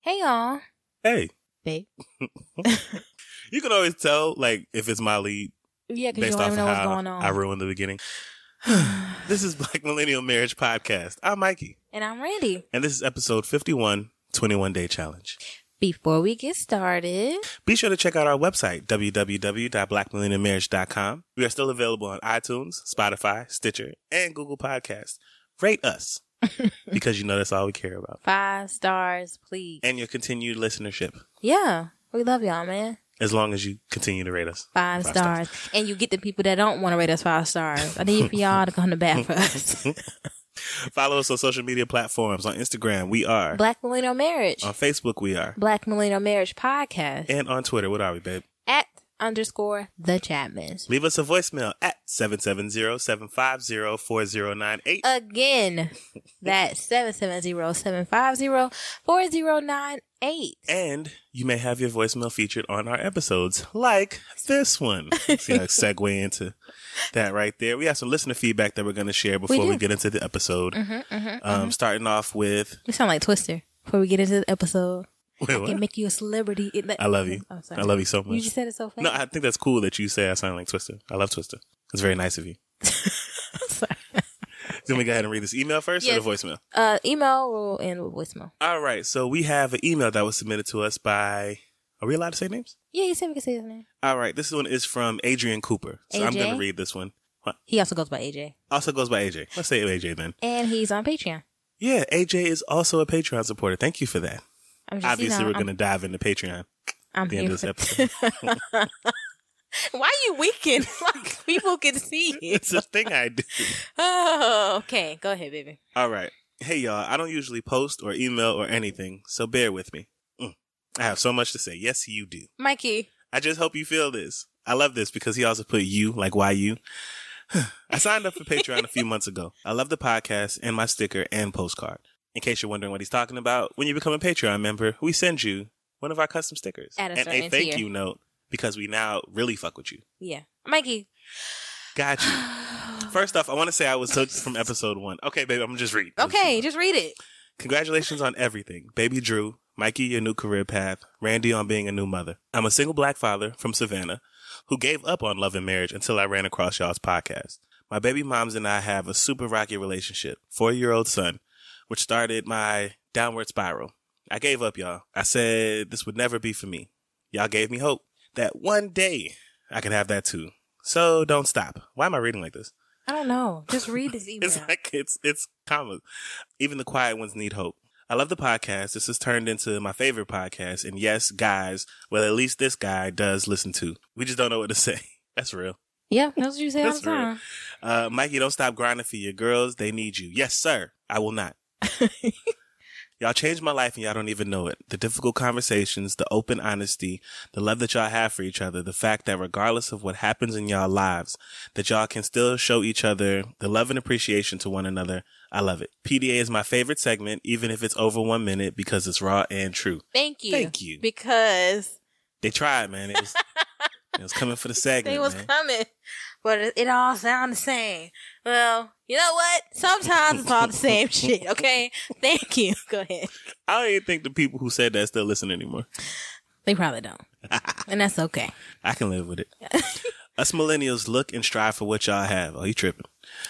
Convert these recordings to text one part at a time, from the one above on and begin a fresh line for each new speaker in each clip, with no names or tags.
Hey y'all.
Hey,
Babe.
you can always tell like if it's my lead
Yeah, because you
based
don't
off
even know
of
what's
how
going on.
I ruined the beginning. this is Black Millennial Marriage Podcast. I'm Mikey,
and I'm ready.
and this is episode 51, 21 Day Challenge.
Before we get started,
Be sure to check out our website, www.blackmillenniummarriage.com. We are still available on iTunes, Spotify, Stitcher, and Google Podcasts. Rate us because you know that's all we care about.
five stars, please.
And your continued listenership
yeah, we love y'all, man.
as long as you continue to rate us.
Five,
Five
stars. And you get the people that don't want to rate us five stars. I need for y'all to come to bat for us.
Follow us on social media platforms. On Instagram, we are.
Black Millennial Marriage.
on Facebook, we are.
Black Millennial Marriage Podcast.
And on Twitter, what are we, babe?
at underscore the Chapmans.
Leave us a voicemail at 770-750-4098.
Uh, Again, that's 770-750-4098.
and you may have your voicemail featured on our episodes, like this one. See how I segue into that right there. We have some listener feedback that we're going to share before we,
do. Mm-hmm,
get into the episode. um, Starting off with,
We sound like Twister before we get into the episode.
wait, what?
Can make you a celebrity. It-
I love you.
I'm sorry.
I love you so much.
You just said it so fast.
no, I think that's cool that you say I sound like Twister. I love Twister. It's very nice of you.
Sorry.
Then we go ahead and read this email first or
Yes.
the voicemail?
Uh, email will end with voicemail.
All right. So we have an email that was submitted to us by, are we allowed to say names?
Yeah, you said we could say his name.
All right. This one is from Adrian Cooper. So I'm
AJ?
going to read this one. What?
He also goes by AJ,
Also goes by AJ. Let's say AJ then.
and he's on Patreon.
Yeah, AJ is also a Patreon supporter. Thank you for that.
I'm just,
Obviously,
you know,
we're
I'm-
going to dive into Patreon
I'm
at the end
here
of this
for-
episode.
Why you winking? like people can see it.
it's a thing I do.
Oh, okay. Go ahead, baby.
All right. Hey, y'all. I don't usually post or email or anything, so bear with me. Mm. I have so much to say. Yes, you do.
Mikey,
I just hope you feel this. I love this because he also put you, like why you. I signed up for Patreon a few months ago. I love the podcast and my sticker and postcard. In case you're wondering what he's talking about, when you become a Patreon member, we send you one of our custom stickers
At a
and a
certain
thank
tier.
you note because we now really fuck with you.
yeah, Mikey.
Got you. First off, I want to say I was hooked from episode one. Okay, baby, I'm gonna just read.
Okay, just read it.
Congratulations on everything, baby Drew, Mikey, your new career path, Randy on being a new mother. I'm a single black father from Savannah who gave up on love and marriage until I ran across y'all's podcast. My baby moms and I have a super rocky relationship, four year old son, which started my downward spiral. I gave up, y'all. I said this would never be for me. Y'all gave me hope that one day I could have that too. So don't stop. Why am I reading like this?
I don't know. Just read this email.
It's like it's it's commas. Even the quiet ones need hope. I love the podcast. This has turned into my favorite podcast. And yes, guys, well at least this guy does listen to. We just don't know what to say. That's real.
yeah, that's what you say all the
That's real.
time.
Uh Mikey, don't stop grinding for your girls. They need you. Yes, sir. I will not. y'all changed my life and y'all don't even know it. The difficult conversations, the open honesty, the love that y'all have for each other, the fact that regardless of what happens in y'all lives, that y'all can still show each other the love and appreciation to one another. I love it. PDA is my favorite segment, even if it's over one minute because it's raw and true.
Thank you.
Thank you.
Because
They tried, man. It was, it was coming for the segment.
they was
man.
coming, but it, it all sound the same. Well, you know what? Sometimes it's all the same shit. Okay. Thank you. Go ahead.
I don't even think the people who said that still listen anymore.
They probably don't, and that's okay.
I can live with it. Us millennials look and strive for what y'all have. Oh, you tripping.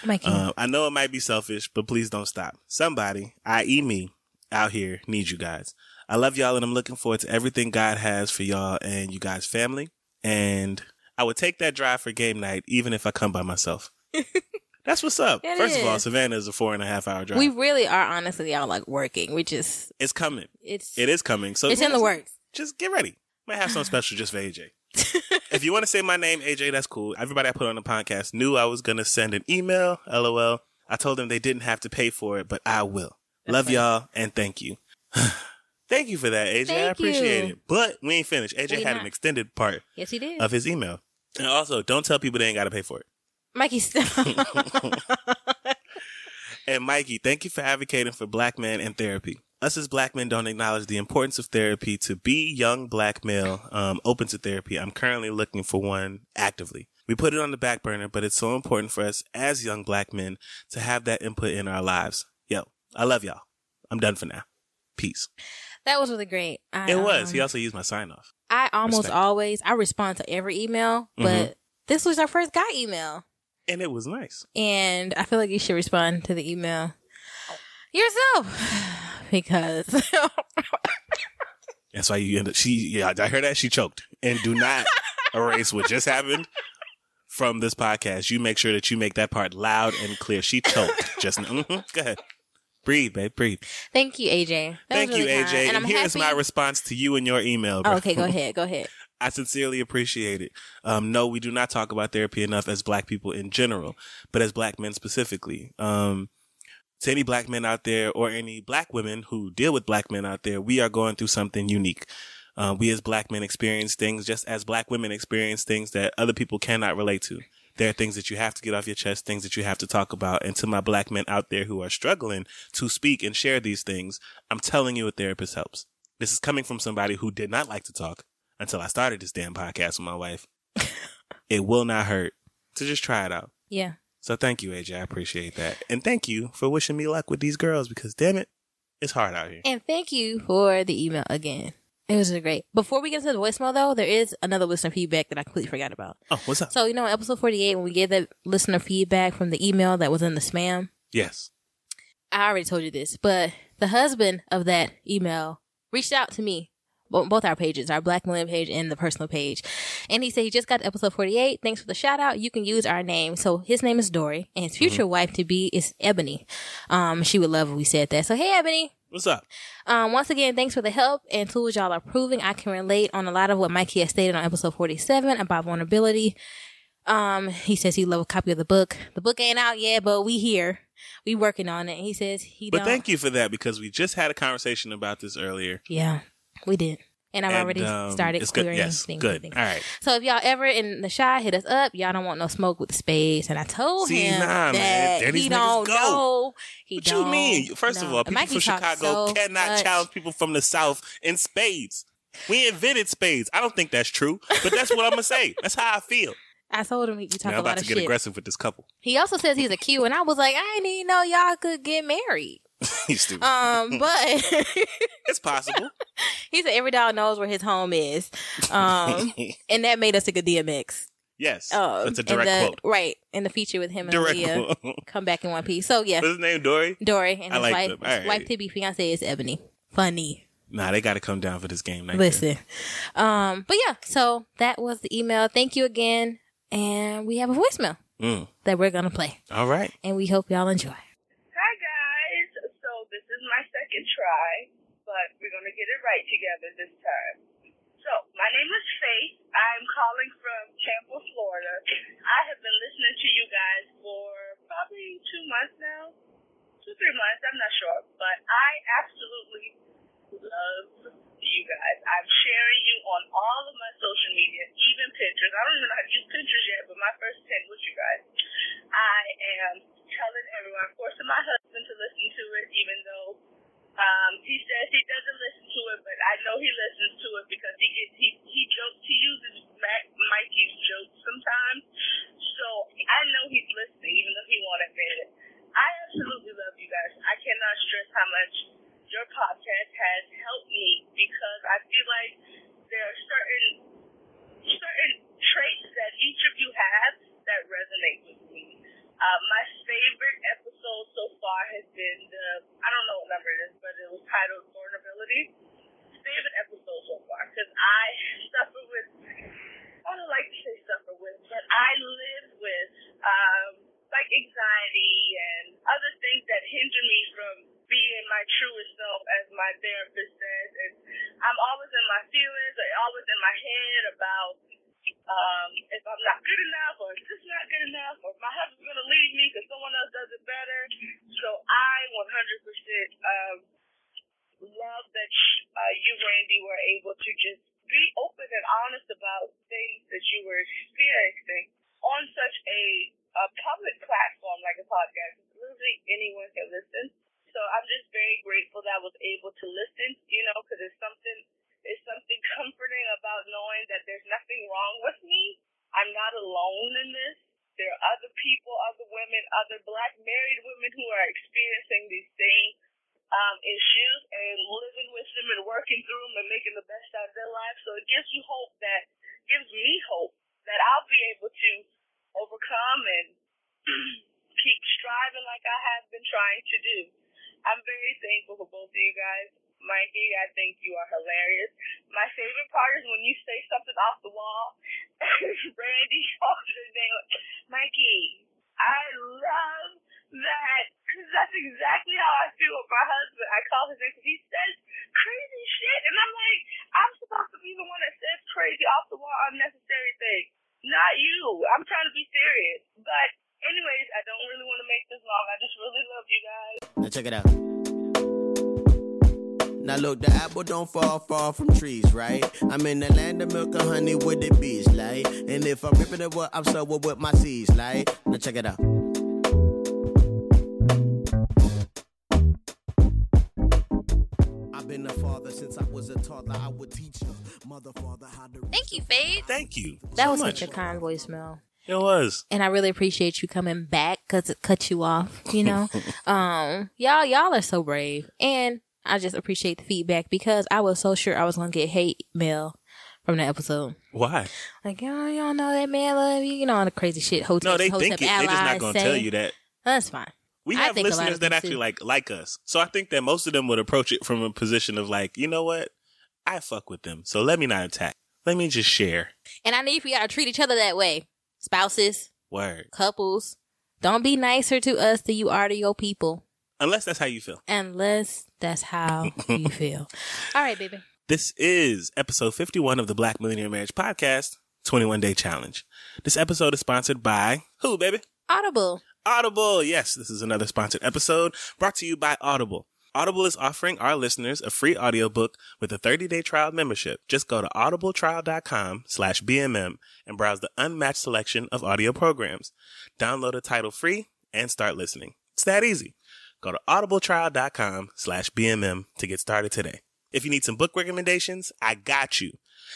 Mikey,
Um, I know it might be selfish, but please don't stop. Somebody, i.e. me, out here needs you guys. I love y'all and I'm looking forward to everything God has for y'all and you guys' family. And I would take that drive for game night even if I come by myself. That's what's up.
It
First of all,
is.
Savannah is a four and a half hour drive.
we really are honestly all like working. We just
it's coming.
it's
It is coming. So
it's in the works.
just get ready. Might have something special just for AJ. if you want to say my name, AJ, that's cool. Everybody I put on the podcast knew I was gonna send an email. LOL. I told them they didn't have to pay for it, but I will. Love y'all and thank you. Thank you for that, AJ. I
Thank
appreciate
you.
it. But we ain't finished. AJ
We
had
not.
an extended part
Yes, he did.
of his email. And also, don't tell people they ain't got to pay for it.
Mikey, stop.
And Mikey, thank you for advocating for black men and therapy. Us as black men don't acknowledge the importance of therapy to be young black male um, open to therapy. I'm currently looking for one actively. We put it on the back burner, but it's so important for us as young black men to have that input in our lives. Yo, I love y'all. I'm done for now. Peace.
that was really great. I,
It was.
um,
He also used my sign off.
I almost
Respect. Mm-hmm.
always I respond to every email, but this was our first guy email,
And it was nice.
and I feel like you should respond to the email yourself because
That's why you end up, she, yeah, I heard that. She choked. And do not erase what just happened from this podcast. You make sure that you make that part loud and clear. She choked. Just, mhm. go ahead. Breathe, babe, breathe.
thank you, AJ. That
Thank
was really
you, AJ.
kind,
And,
I'm
here's
happy-
my response to you and your email. Bro.
Oh, okay, go ahead, go ahead.
I sincerely appreciate it. Um, no, we do not talk about therapy enough as black people in general, but as black men specifically. Um, to any black men out there or any black women who deal with black men out there, we are going through something unique. Uh, we as black men experience things just as black women experience things that other people cannot relate to. There are things that you have to get off your chest, things that you have to talk about. And to my black men out there who are struggling to speak and share these things, I'm telling you a therapist helps. This is coming from somebody who did not like to talk until I started this damn podcast with my wife. it will not hurt to just try it out.
Yeah,
So thank you, AJ. I appreciate that. And thank you for wishing me luck with these girls because damn it, it's hard out here.
and thank you for the email again. It was great. Before we get into the voicemail, though, there is another listener feedback that I completely forgot about.
Oh, what's up?
So you know, in episode forty-eight, when we gave that listener feedback from the email that was in the spam,
yes.
I already told you this, but the husband of that email reached out to me, bo- both our pages, our Black Millennium page and the personal page, and he said he just got to episode forty-eight. Thanks for the shout out. You can use our name. So his name is Dory, and his future wife to be is Ebony. Um, she would love if we said that. So hey, Ebony.
What's up?
Um, once again, thanks for the help and tools y'all are proving. I can relate on a lot of what Mikey has stated on episode 47 about vulnerability. Um, he says he love a copy of the book. The book ain't out yet, but we here. We working on it. He says he
But
don't.
thank you for that because we just had a conversation about this earlier.
Yeah, we did. And I've
And,
already
um,
started
It's good.
clearing
Yes.
things.
Good.
things.
All right.
So if y'all ever in the shy, hit us up. Y'all don't want no smoke with spades. And I told
See,
him
nah, man.
that
There
he
these niggas
don't
go.
know. He
What
don't
you mean? First of
know.
all,
And
people
Mikey
from
talks
Chicago
so
cannot
much.
challenge people from the South in spades. We invented spades. I don't think that's true, but that's what I'm gonna say. That's how I feel.
I told him you talk
Man,
a
I'm
lot
about
of
to get
shit.
aggressive with this couple.
He also says he's a Q, and I was like, I didn't even know y'all could get married.
you stupid.
Um, but
it's possible.
he said every dog knows where his home is. Um, and that made us think of DMX.
yes,
Um,
that's a
and
direct
the-
quote.
right? In the feature with him and
Direct
Leah
quote.
come back in one piece. So yeah,
What's his name? Dory.
Dory and
I
his
like
wife,
them. All
his wife
right.
to be fiance is Ebony. Funny.
Nah, they got to come down for this game. Night
Listen. Um, but yeah, so that was the email. Thank you again, and we have a voicemail
Mm.
that we're gonna play,
All right.
and we hope y'all enjoy.
Hi guys. So this is my second try, but we're gonna get it right together this time. So my name is Faith. I'm calling from Tampa, Florida. I have been listening to you guys for probably two months now, two three months. I'm not sure, but I absolutely love you guys. I'm sharing you on all of my social media, even pictures. I don't even know how to use pictures yet, but my first ten was you guys. I am telling everyone, forcing my husband to listen to it, even though um, he says he doesn't listen to it, but I know he listens to it because he gets he he jokes he uses Mac, Mikey's jokes sometimes. So I know he's listening, even though he won't admit it. I absolutely love you guys. I cannot stress how much your podcast has helped me because I feel like there are certain certain traits that each of you have that resonate with me. Uh, my favorite episode so far has been the I don't know what number it is, but it was titled Vulnerability. Favorite episode so far because I suffer with I don't like to say suffer with, but I live with um, like anxiety and other things that hinder me from being my truest self, as my therapist says. And I'm always in my feelings, or always in my head about um, if I'm not good enough, or if this is not good enough, or if my husband's gonna leave me because someone else does it better. So I 100% um, love that uh, you, Randy, were able to just be open and honest about things that you were experiencing on such a, a public platform like a podcast. Literally anyone can listen. So I'm just very grateful that I was able to listen, you know, because it's something, it's something comforting about knowing that there's nothing wrong with me. I'm not alone in this. There are other people, other women, other black married women who are experiencing these same um, issues and living with them and working through them and making the best out of their lives. So it gives you hope that gives me hope that I'll be able to overcome and keep striving like I have been trying to do. I'm very thankful for both of you guys. Mikey, I think you are hilarious. My favorite part is when you say something off the wall. Randy calls your name. Mikey, I love that because that's exactly how I feel with my husband. I call his name 'cause he says crazy shit, and I'm like, I'm supposed to be the one that says crazy off the wall, unnecessary things. Not you. I'm trying to be serious. But, anyways, I don't really want to make this long. I just really love you guys.
Now check it out. Now look, the apple don't fall far from trees, right? I'm in the land of milk and honey with the bees, like. And if I'm ripping it, what I'm sowing with my seeds, like. Now check it out. I've been a father since I was a toddler. I would teach a mother, father how to.
Thank you, Fade.
Thank you.
That
so
was
much.
such a kind voicemail.
It was.
and I really appreciate you coming back because it cut you off. You know, um, y'all, y'all are so brave, and I just appreciate the feedback because I was so sure I was gonna get hate mail from that episode.
Why?
Like, oh, y'all know that man love you, you know, all the crazy shit. Hotel,
No, they
hotel
think it. They're just not
allies
going to
say.
tell you that.
That's fine.
We
I
have
think a lot of
listeners that
them
actually
too.
like like us, so I think that most of them would approach it from a position of like, you know what, I fuck with them, so let me not attack. Let me just share.
And I need for y'all to treat each other that way, spouses,
Word.
couples. Don't be nicer to us than you are to your people,
Unless that's how you feel.
unless that's how you feel. All right, baby.
This is episode 51 of the Black Millionaire Marriage Podcast 21 Day Challenge. This episode is sponsored by who, baby?
Audible.
Audible. Yes, this is another sponsored episode brought to you by Audible. Audible is offering our listeners a free audiobook with a 30-day trial membership. Just go to audibletrial.com slash BMM and browse the unmatched selection of audio programs. Download a title free and start listening. It's that easy. Go to audibletrial.com slash BMM to get started today. If you need some book recommendations, I got you.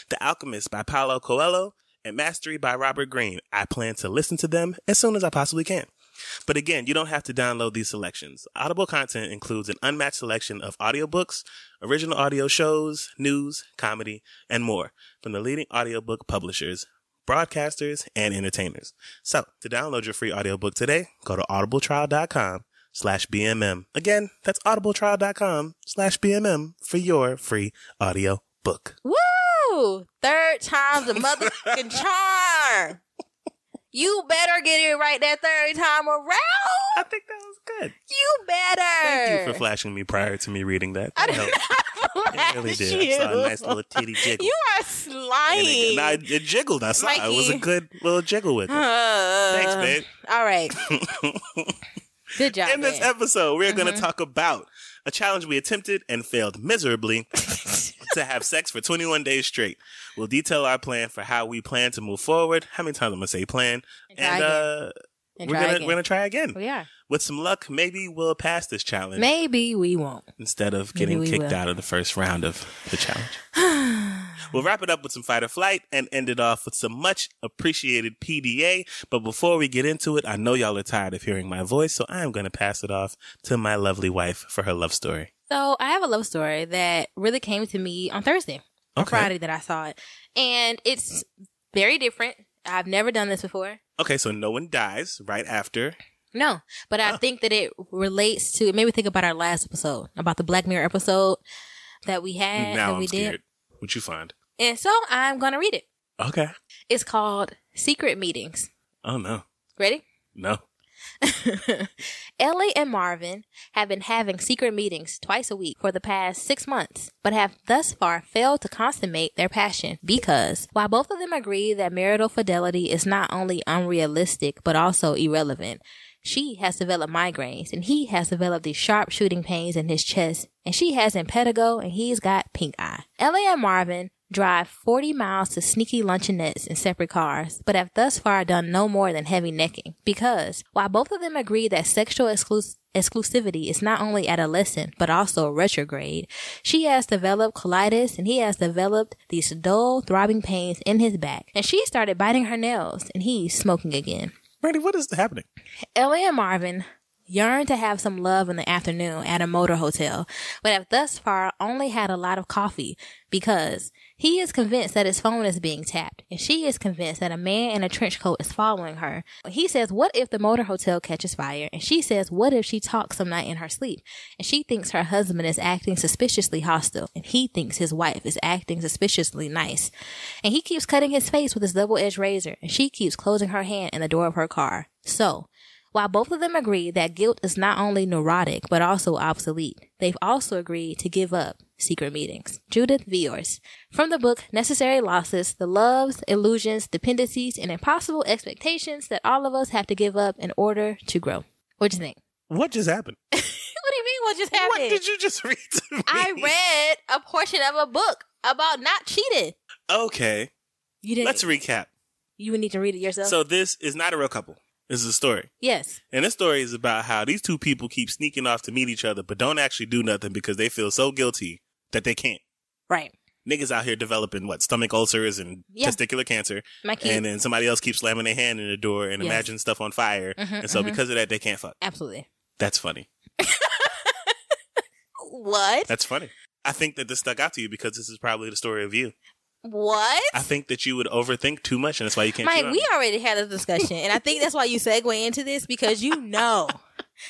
The Alchemist by Paulo Coelho and Mastery by Robert Greene. I plan to listen to them as soon as I possibly can. But again, you don't have to download these selections. Audible content includes an unmatched selection of audiobooks, original audio shows, news, comedy, and more from the leading audiobook publishers, broadcasters, and entertainers. So to download your free audiobook today, go to audibletrial.com slash BMM. Again, that's audibletrial.com slash BMM for your free audio book.
Woo! Third time's a motherfucking charm. You better get it right that third time around.
I think that was good.
You better.
Thank you for flashing me prior to me reading that.
I did
That helped.
not
It
flash
really did.
you.
I saw a nice little titty jiggle.
You are
And it,
slying.
nah, it it jiggled. I saw it. It was a
Mikey.
good little jiggle with it. Thanks, babe.
Uh, All right. Good job.
In this
man.
episode, we're
Mm-hmm.
going to talk about a challenge we attempted and failed miserably to have sex for 21 days straight. We'll detail our plan for how we plan to move forward. How many times am I going to say plan?
And try
And uh,
And
we're
try
gonna
again.
we're gonna try again.
we are.
With some luck, maybe we'll pass this challenge
Maybe we won't.
instead of
Maybe
getting
we
kicked
will.
out of the first round of the challenge. we'll wrap it up with some fight or flight and end it off with some much appreciated PDA. But before we get into it, I know y'all are tired of hearing my voice, so I'm going to pass it off to my lovely wife for her love story.
So I have a love story that really came to me on Thursday.
Okay.
Friday that I saw it. And it's very different. I've never done this before.
Okay, so no one dies right after.
No, but
Oh.
I think that it relates to it made me think about our last episode about the Black Mirror episode that we had
now
that we
I'm scared.
did.
What you find?
And so I'm gonna read it.
Okay.
It's called Secret Meetings.
Oh no,
Ready?
no.
Ellie and Marvin have been having secret meetings twice a week for the past six months, but have thus far failed to consummate their passion because while both of them agree that marital fidelity is not only unrealistic but also irrelevant, She has developed migraines and he has developed these sharp shooting pains in his chest and she has impetigo and he's got pink eye. Ellie and Marvin drive 40 miles to sneaky luncheonettes in separate cars, but have thus far done no more than heavy necking because while both of them agree that sexual exclus- exclusivity is not only adolescent but also retrograde, she has developed colitis and he has developed these dull, throbbing pains in his back, and she started biting her nails and he's smoking again.
Randy, what is happening?
Ellie and Marvin yearn to have some love in the afternoon at a motor hotel, but have thus far only had a lot of coffee because he is convinced that his phone is being tapped, and she is convinced that a man in a trench coat is following her. He says, What if the motor hotel catches fire? And she says, What if she talks some night in her sleep? And she thinks her husband is acting suspiciously hostile, and he thinks his wife is acting suspiciously nice. And he keeps cutting his face with his double edged razor, and she keeps closing her hand in the door of her car. So, while both of them agree that guilt is not only neurotic but also obsolete, they've also agreed to give up secret meetings. Judith Viors. From the book Necessary Losses, the loves, illusions, dependencies, and impossible expectations that all of us have to give up in order to grow. What'd you think?
What just happened?
What do you mean what just happened?
What did you just read to me?
I read a portion of a book about not cheating.
Okay,
You didn't
let's recap.
you would need to read it yourself?
So this is not a real couple. This is a story.
yes.
And this story is about how these two people keep sneaking off to meet each other, but don't actually do nothing because they feel so guilty that they can't.
Right.
Niggas out here developing what stomach ulcers and
Yeah.
testicular cancer,
My kid.
and then somebody else keeps slamming their hand in the door and
Yes.
imagine stuff on fire,
Mhm,
and so
mhm.
because of that they can't fuck.
Absolutely.
That's funny.
What?
That's funny. I think that this stuck out to you because this is probably the story of you.
What?
I think that you would overthink too much, and that's why you can't. cheat
Mike,
on
we
me.
already had a discussion, and I think that's why you segue into this because you know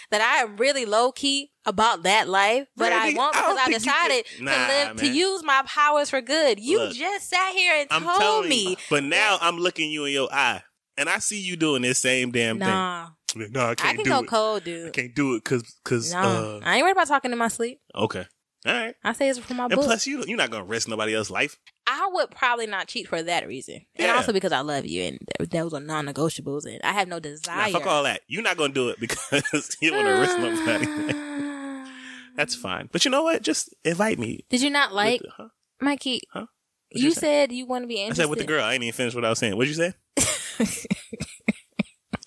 that I am really low key about that life, but
Brandy,
I won't
I
because
don't
I,
think you can-
decided
Nah,
to live to
man.
use my powers for good. You
Look,
just sat here and
I'm
told
telling
me,
you. But now I'm looking you in your eye, and I see you doing this same damn
nah,
thing. Like, No, I
I
can't
can
do
go
it.
cold,
I
dude.
can't do it because because
No,
uh,
I ain't worried about talking in my sleep.
okay, all right.
I say this for my
And
book.
plus, you you're not gonna risk nobody else's life.
I would probably not cheat for that reason, and
Yeah.
also because I love you, and th- those are non-negotiables, and I have no
Nah,
desire.
fuck all that. You're not gonna do it because you don't wanna risk nobody. That's fine. But you know what? Just invite me.
Did you not
with
like
the- huh?
Mikey?
Huh? What'd
You
you say?
said you want to be
I
interested.
said with the girl. I ain't even finished what I was saying. What'd you say?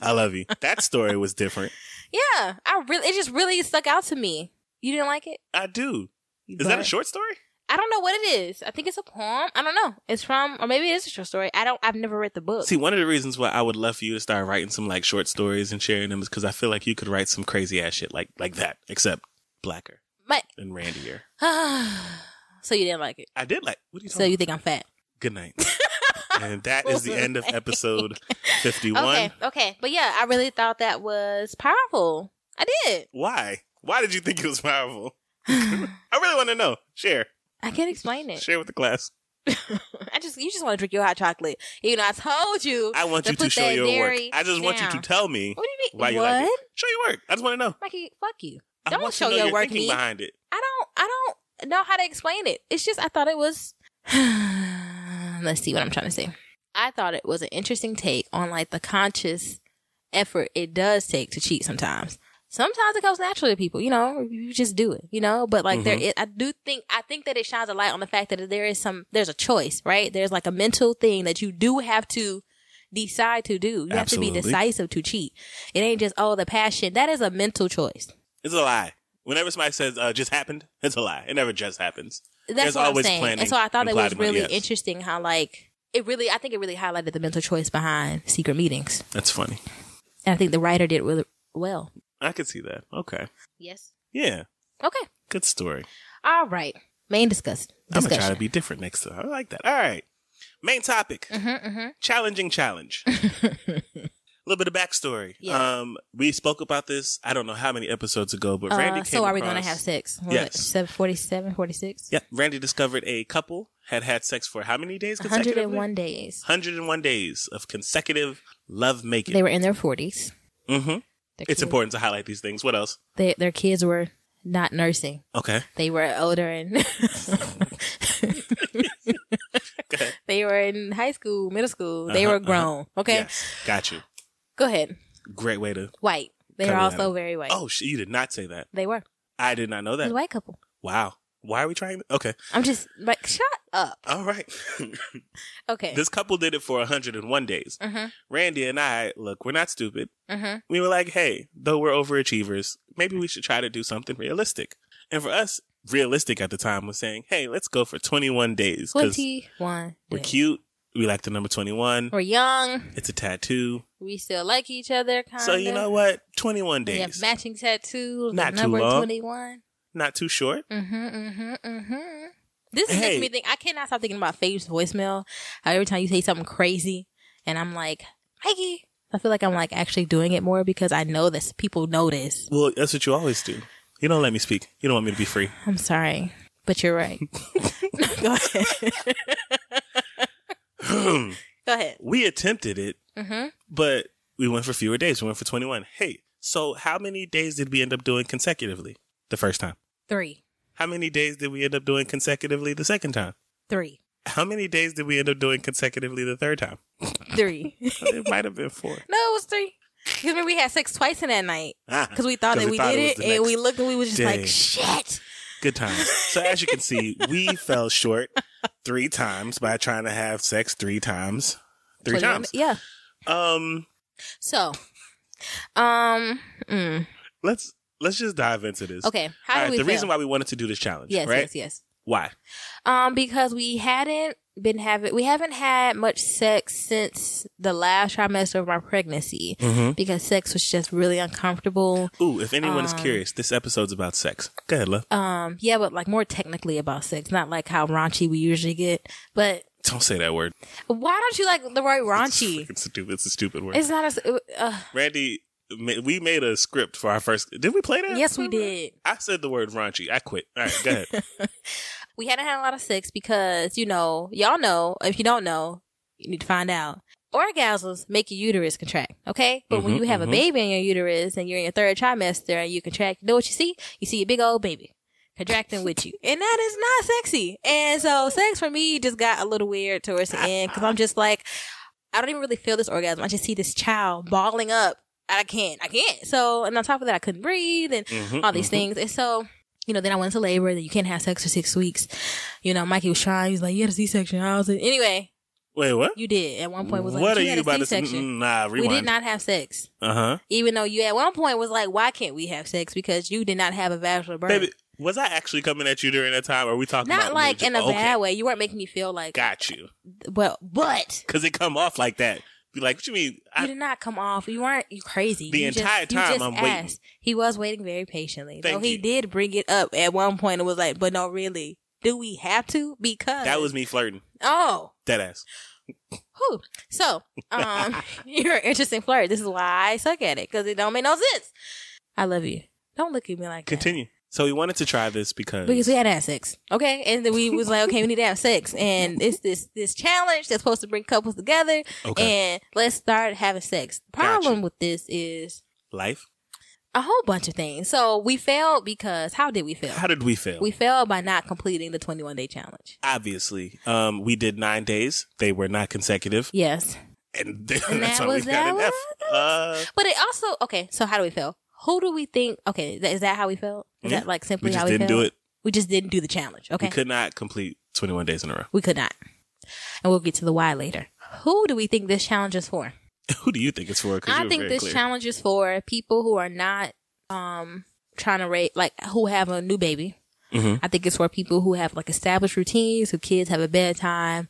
I love you. That story was different.
Yeah, I really it just really stuck out to me. You didn't like it?
I do. Is that a
But-
short story?
I don't know what it is. I think it's a poem. I don't know. It's from or maybe it is a short story. I don't. I've never read the book.
See, one of the reasons why I would love for you to start writing some like short stories and sharing them is because I feel like you could write some crazy ass shit like like that, except blacker
but
and randier.
so you didn't like it.
I did like. What are you talking?
So you
about?
think I'm fat?
Good night. and that is the end of episode fifty-one.
Okay, okay, but yeah, I really thought that was powerful. I did.
Why? Why did you think it was powerful? I really want to know. Share,
I can't explain it.
share with the class.
I just you just want to drink your hot chocolate. You know, I told you.
I want
to
you to
put
show
that
your work.
dairy
I just want you to
down.
tell me
What do you mean?
why you
what?
like it. Show your work. I just want to know.
Mikey, fuck you.
I
Don't
want to
show
know
your work to
thinking
me.
behind it.
I don't I don't know how to explain it. It's just I thought it was let's see what I'm trying to say. I thought it was an interesting take on like the conscious effort it does take to cheat sometimes. Sometimes it comes naturally to people, you know, you just do it, you know, but like there is, I do think, I think that it shines a light on the fact that there is some, there's a choice, right? There's like a mental thing that you do have to decide to do. You have to be
Absolutely.
decisive to cheat. It ain't just, oh, the passion. That is a mental choice.
It's a lie. Whenever somebody says uh, "just happened," it's a lie. It never just happens.
That's
There's
what
always
I'm saying.
planning
And so I thought
and
it was
plotting,
really
yes.
interesting how like it really I think it really highlighted the mental choice behind secret meetings.
That's funny.
And I think the writer did really well.
I could see that. Okay.
Yes.
Yeah.
Okay.
Good story.
All right. Main discuss.
I'm gonna try
Discussion.
to be different next time. I like that. All right. Main topic.
Mm-hmm,
Challenging challenge. A little bit of backstory.
Yes.
Um, we spoke about this. I don't know how many episodes ago, but Randy
uh,
came
so are we
across-
gonna have sex?
Yes.
47, 46?
Yeah, Randy discovered a couple had had sex for how many days consecutively?
101 days.
101 days of consecutive love making.
They were in their 40s.
mm-hmm.
Their
It's
kids-
important to highlight these things. What else?
They, their kids were not nursing.
Okay.
They were older and
Go ahead.
they were in high school, middle school. They
Uh-huh,
were grown. Okay.
Yes. Got you.
Go ahead.
Great way to
White. They are
Couple
also
had-
very white.
Oh, sh- you did not say that.
They were.
I did not know
It was
that.
a white couple.
Wow. Why are we trying? Okay.
I'm just like, shut up.
All right.
Okay.
this couple did it for 101 days.
Mhm.
Randy and I, look, we're not stupid.
Mhm.
We were like, hey, though we're overachievers, maybe we should try to do something realistic. And for us, realistic at the time was saying, hey, let's go for 21 days because
21.
we're
days.
cute. We like the number 21.
We're young.
It's a tattoo.
We still like each other. Kinda.
So you know what? 21
We have
days.
matching tattoos.
Not too
number
long.
21.
Not too short.
Mm-hmm, mm-hmm, mm-hmm. This is
Hey.
making me think. I cannot stop thinking about Faith's voicemail. How every time you say something crazy, and I'm like, Mikey. I feel like I'm like actually doing it more because I know that people notice.
Well, that's what you always do. You don't let me speak. You don't want me to be free.
I'm sorry, but you're right. Go ahead. Go ahead.
we attempted it,
Mm-hmm.
but we went for fewer days. We went for 21. Hey, so how many days did we end up doing consecutively the first time?
Three,
How many days did we end up doing consecutively the second time?
three,
How many days did we end up doing consecutively the third time?
three. no,
It might have been four.
it was three. Because remember, we had sex twice in that night.
Ah,
because we thought
'cause
that we
was
did it,
the
and
next
we looked and we was just
day.
like, "Shit!"
Good times. So as you can see, we fell short three times by trying to have sex three times. Three
But then-
times.
yeah.
Um,
So, um, mm,
let's let's just dive into this.
okay. How
All
do
right,
we
the
feel?
reason why we wanted to do this challenge,
yes,
right?
yes, yes.
Why?
Um, because we hadn't been having, we haven't had much sex since the last trimester of my pregnancy
Mm-hmm.
because sex was just really uncomfortable.
Ooh, if anyone is curious, this episode's about sex. Go ahead, love.
Um, yeah, but like more technically about sex, not like how raunchy we usually get. But
Don't say that word.
why don't you like the word raunchy?
It's stupid. It's a stupid word.
It's not as uh,
Randy, ma- we made a script for our first. Did we play that?
yes, we did.
I said the word raunchy. I quit. All right, go ahead.
we hadn't had a lot of sex because, you know, y'all know, if you don't know, you need to find out. Orgasms make your uterus contract, okay? But when
Mhm,
you have
mhm.
a baby in your uterus and you're in your third trimester and you contract, you know what you see? You see a big old baby contracting with you. And that is not sexy. And so sex for me just got a little weird towards the end because I'm just like, I don't even really feel this orgasm. I just see this child balling up. I can't. I can't. So, and on top of that, I couldn't breathe and
Mhm,
all these
mhm.
things. And so, you know, then I went into labor that you can't have sex for six weeks. You know, Mikey was trying. He was like, you had a C-section. I was like, anyway,
Wait, what?
you did. At one point was like,
what are
you had
you
a
about to say?
C-section.
Mm, Nah,
We
rewind.
did not have sex.
Uh huh.
Even though you at one point was like, why can't we have sex? Because you did not have a vaginal birth.
Baby, was I actually coming at you during that time? Or are we talking
not
about
like
major-
in a
okay,
bad way. You weren't making me feel like,
Got you.
well, but
Because it come off like that. Be like, what you mean?
you
I,
did not come off. You weren't you crazy.
The
you just-
entire time
you just
I'm waiting.
asked. He was waiting very patiently.
Thank
Though he
you.
did bring it up at one point and was like, "But no, really, do we have to?" Because
that was me flirting.
oh.
Dead ass.
Whew. So, um, you're an interesting flirt. This is why I suck at it because it don't make no sense. I love you. Don't look at me like that.
Continue. So we wanted to try this because
Because we had to have sex, okay, and then we was like, okay, we need to have sex, and it's this this challenge that's supposed to bring couples together,
Okay.
and let's start having sex. Problem with this is
life.
a whole bunch of things. So we failed because how did we fail?
How did we fail?
we failed by not completing the 21 day challenge.
obviously. Um, we did nine days. They were not consecutive,
Yes.
and, th-
And
that's
that
why we
was
got an
that
F. Uh,
But it also, okay, so how do we fail? Who do we think, okay, th- is that how we failed? Is
Yeah.
that like simply
we just
how we
didn't
failed?
do it.
We just didn't do the challenge, okay?
We could not complete 21 days in a row.
we could not. And we'll get to the why later. Who do we think this challenge is for?
Who do you think it's for? 'Cause you
I
were
think
very
this
clear.
challenge is for people who are not um trying to rate like who have a new baby.
Mhm.
I think it's for people who have like established routines, who kids have a bedtime,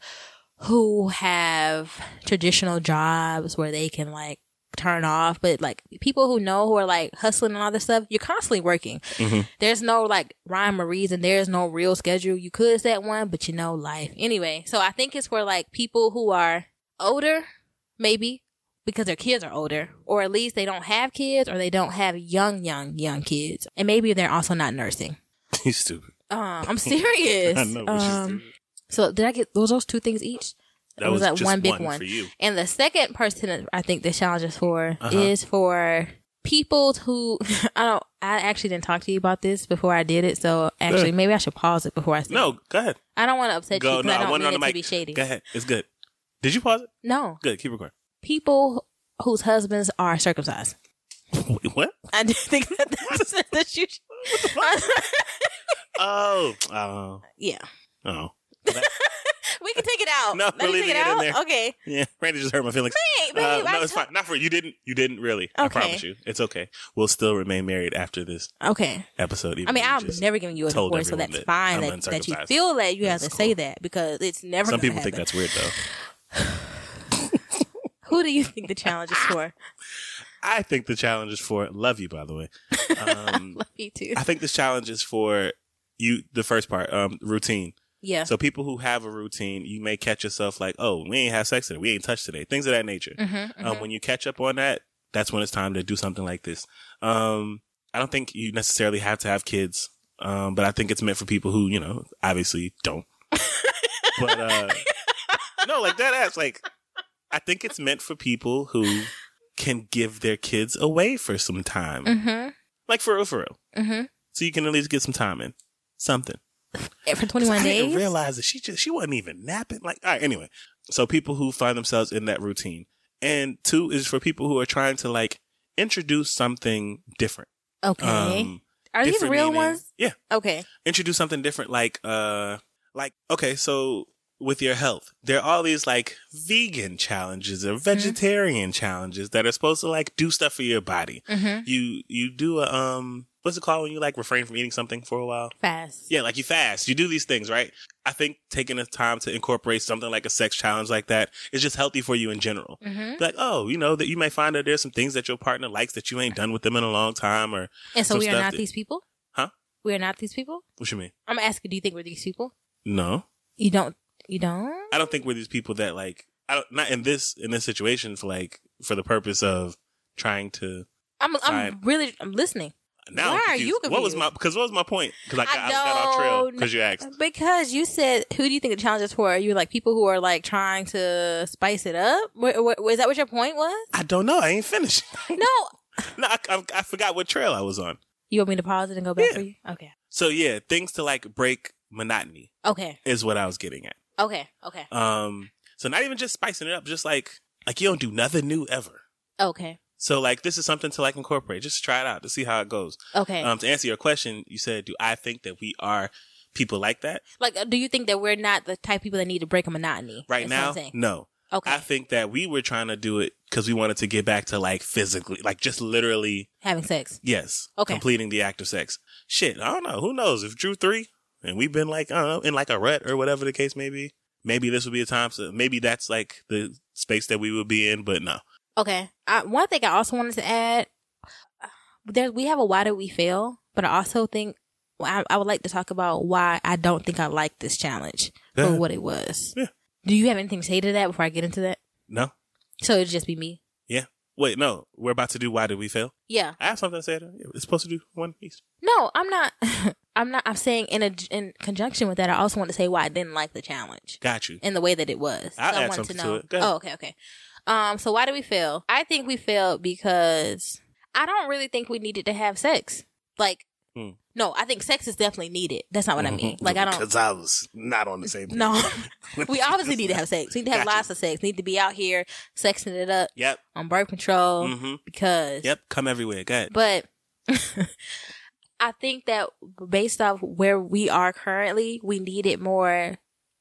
who have traditional jobs where they can like turn off, but like people who know who are like hustling and all this stuff, you're constantly working.
Mm-hmm.
There's no like rhyme or reason. There's no real schedule. You could set one, but you know life. Anyway, so I think it's for like people who are older, maybe because their kids are older, or at least they don't have kids or they don't have young, young, young kids. And maybe they're also not nursing.
you stupid.
Um, I'm serious.
I know what you
um, so did I get those those two things each?
That
Or
was just one for you.
And the second person that I think this challenge is for
Uh-huh.
is for people who I don't I actually didn't talk to you about this before I did it, so actually maybe I should pause it before I say it.
No, go ahead.
I don't want to upset you
Go.
'cause
No,
I don't
want it
mean
on
it
the mic.
to be shady.
Go ahead. It's good. Did you pause it?
No.
Good. Keep recording.
People whose husbands are circumcised.
Wait, what?
I do think that that's the shoot.
Oh, oh,
yeah.
oh.
We can take it out.
No,
I can
we're
take
leaving
it
it in
out.
there.
Okay.
Yeah, Randy just hurt my feelings.
Babe, babe,
Uh, no,
I
it's
to-
fine. Not for you. Didn't you? Didn't really. I
Okay.
promise you, it's okay. We'll still remain married after this
Okay.
episode. Even
I mean,
though you
I'm
just-
never giving you a
told
divorce, so
everyone
that's
that
fine
I'm
that, that you
uncircumcised.
feel that you have to
That's
say
cool.
that because it's never.
Some
gonna
people think
happen.
that's weird though.
Who do you think the challenge is for?
I think the challenge is for love you. By the way, um,
Love you too.
I think this challenge is for you. The first part, um, routine.
Yeah.
So people who have a routine, you may catch yourself like, oh, we ain't have sex today, we ain't touched today, things of that nature.
Mhm, mhm.
Um, when you catch up on that, that's when it's time to do something like this. Um, I don't think you necessarily have to have kids, um, but I think it's meant for people who, you know, obviously don't. but uh, no, like that ass, like I think it's meant for people who can give their kids away for some time,
Mm-hmm.
like for real, for real,
Mm-hmm.
so you can at least get some time in something.
Eh, For
So
21
I
days.
didn't realize that she just she wasn't even napping. Like, all right, anyway. So people who find themselves in that routine, and two is for people who are trying to like introduce something different.
okay.
Um,
Are these
different
real
meaning-
ones?
Yeah,
Okay.
introduce something different. Like, uh, like okay, so with your health, there are all these like vegan challenges
Mm-hmm.
or vegetarian challenges that are supposed to like do stuff for your body.
Mm-hmm.
You you do a um, what's it called when you like refrain from eating something for a while?
Fast.
Yeah, like you fast, you do these things, right? I think taking the time to incorporate something like a sex challenge like that is just healthy for you in general.
Mm-hmm.
Like, oh, you know, that you may find that there's some things that your partner likes that you ain't done with them in a long time, or
And so
some
we are
stuff
not
that-
these people?
Huh?
We are not these people?
what you mean?
I'm asking, do you think we're these people?
No,
You don't. You don't?
I don't think we're these people that like, I don't, not in this in this situation for like for the purpose of trying to.
I'm, I'm
Fine.
really, I'm listening.
Now,
Why
I'm
are
confused.
you
What was my
confused?
because what was my point? Because I got,
I
I got off trail
don't um,
because you asked.
Because you said, who do you think the challenge is for? Are you like people who are like trying to spice it up? Wh- wh- Is that what your point was?
I don't know. I ain't finished.
No.
no, I, I, I forgot what trail I was on.
You want me to pause it and go back
Yeah.
for you? Okay.
So yeah, things to like break monotony.
Okay.
is what I was getting at.
Okay. Okay.
Um, so not even just spicing it up, just like like you don't do nothing new ever.
Okay.
So like this is something to like incorporate, just try it out to see how it goes.
Okay.
Um, to answer your question, you said, do I think that we are people like that
like, uh, do you think that we're not the type of people that need to break a monotony?
right
That's what I'm
now?
saying.
No,
Okay.
I think that we were trying to do it because we wanted to get back to like physically, like just literally,
Having sex.
yes,
Okay.
completing the act of sex. Shit, I don't know. Who knows if Drew three and we've been like I don't know in like a rut or whatever the case may be. Maybe this would be a time. So maybe that's like the space that we would be in, but no.
Okay. I, one thing I also wanted to add, uh, there we have a why do we fail, but I also think well, I, I would like to talk about why I don't think I like this challenge
Yeah.
for what it was.
Yeah.
Do you have anything to say to that before I get into that?
No.
So it'd just be me.
Wait, no. We're about to do Why Did We Fail?
Yeah.
I have something to say. To it's supposed to do one piece.
No, I'm not. I'm not. I'm saying in a, in conjunction with that, I also want to say why I didn't like the challenge.
Got you.
in the way that it was.
I'll
I
add
wanted
something to it. Go ahead.
Oh, okay, okay. Um, so why did we fail? I think we failed because I don't really think we needed to have sex. Like,
Hmm. Mm-hmm.
no, I think sex is definitely needed. That's not what I mean. Like, I don't.
I was not on the same page.
No, we obviously need to
that.
have sex. We need to have
Gotcha.
lots of sex. Need to be out here sexing it up
Yep.
on birth control
Mm-hmm.
because.
Yep. Come everywhere. Go ahead.
But I think that based off where we are currently, we needed more.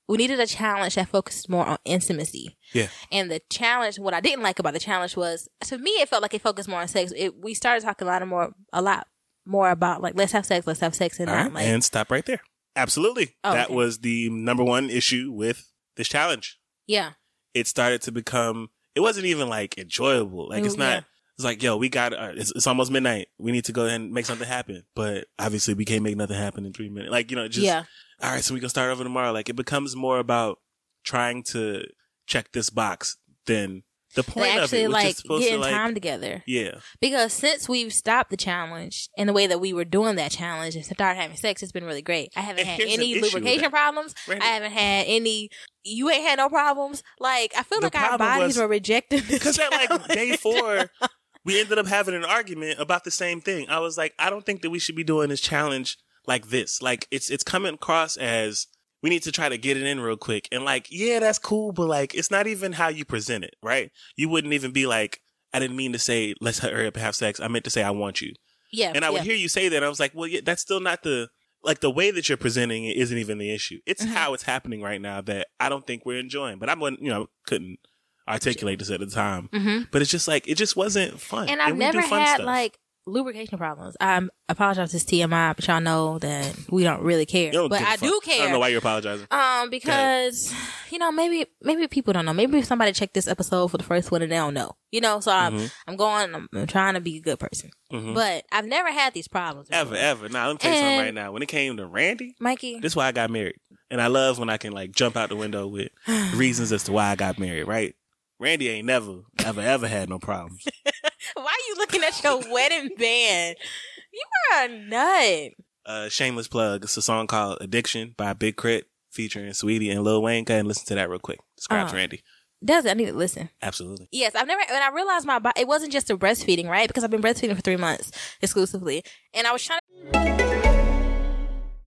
We needed a challenge that focused more on intimacy.
Yeah.
And the challenge, what I didn't like about the challenge was, to me, it felt like it focused more on sex. It, we started talking a lot more, a lot more about like let's have sex, let's have sex, and
All right.
not like
and stop right there. Absolutely.
Oh,
that
okay.
was the number one issue with this challenge.
yeah,
It started to become, it wasn't even like enjoyable. Like, it's
Ooh,
not.
yeah.
It's like, yo, we got, uh, it's, it's almost midnight. We need to go ahead and make something happen. But obviously, we can't make nothing happen in three minutes. Like, you know, just
yeah,
all right, so we can start over tomorrow. Like it becomes more about trying to check this box than the
They
point of
actually
it, which
like
is supposed
getting
to like,
time together.
yeah,
Because since we've stopped the challenge and the way that we were doing that challenge and started having sex, it's been really great. I haven't
And
had
here's an
any
issue with
lubrication
that.
problems.
Randy-
I haven't had any. You ain't had no problems. Like I feel
The
like our
problem
bodies
was-
were rejecting this.
because at like
challenge.
day four, we ended up having an argument about the same thing. I was like, I don't think that we should be doing this challenge like this. Like it's it's coming across as we need to try to get it in real quick, and like yeah, that's cool, but like it's not even how you present it, right? You wouldn't even be like. I didn't mean to say let's hurry up and have sex. I meant to say I want you.
Yeah.
And I would
yeah.
hear you say that. I was like, well, yeah, that's still not the like the way that you're presenting it isn't even the issue. It's
Mm-hmm.
how it's happening right now that I don't think we're enjoying. But I'm you know couldn't articulate this at the time. But it's just like it just wasn't fun.
Mm-hmm. And I've
we do
never
fun
had
stuff.
like lubrication problems. I apologize this TMI, but y'all know that we don't really care.
You don't
But
give a
I
fuck.
do care.
I don't know why you're apologizing.
Um, because you know, maybe maybe people don't know. Maybe if somebody checked this episode for the first one and they don't know. You know, so I'm
Mm-hmm.
I'm going. I'm, I'm trying to be a good person, but I've never had these problems before.
Ever, ever. Nah, let me tell you something
And-
right now. When it came to Randy,
Mikey.
this is why I got married. And I love when I can like jump out the window with reasons as to why I got married, right? Randy ain't never, ever, ever had no problems.
why are you looking at your wedding band? You are a nut.
uh, shameless plug. It's a song called Addiction by Big Crit featuring Sweetie and Lil Wayne. Go ahead and listen to that real quick. Describes
Uh-huh.
Randy.
Does it? I need to listen.
Absolutely.
Yes, I've never. When I realized my body, it wasn't just the breastfeeding, right? Because I've been breastfeeding for three months exclusively, and I was trying. to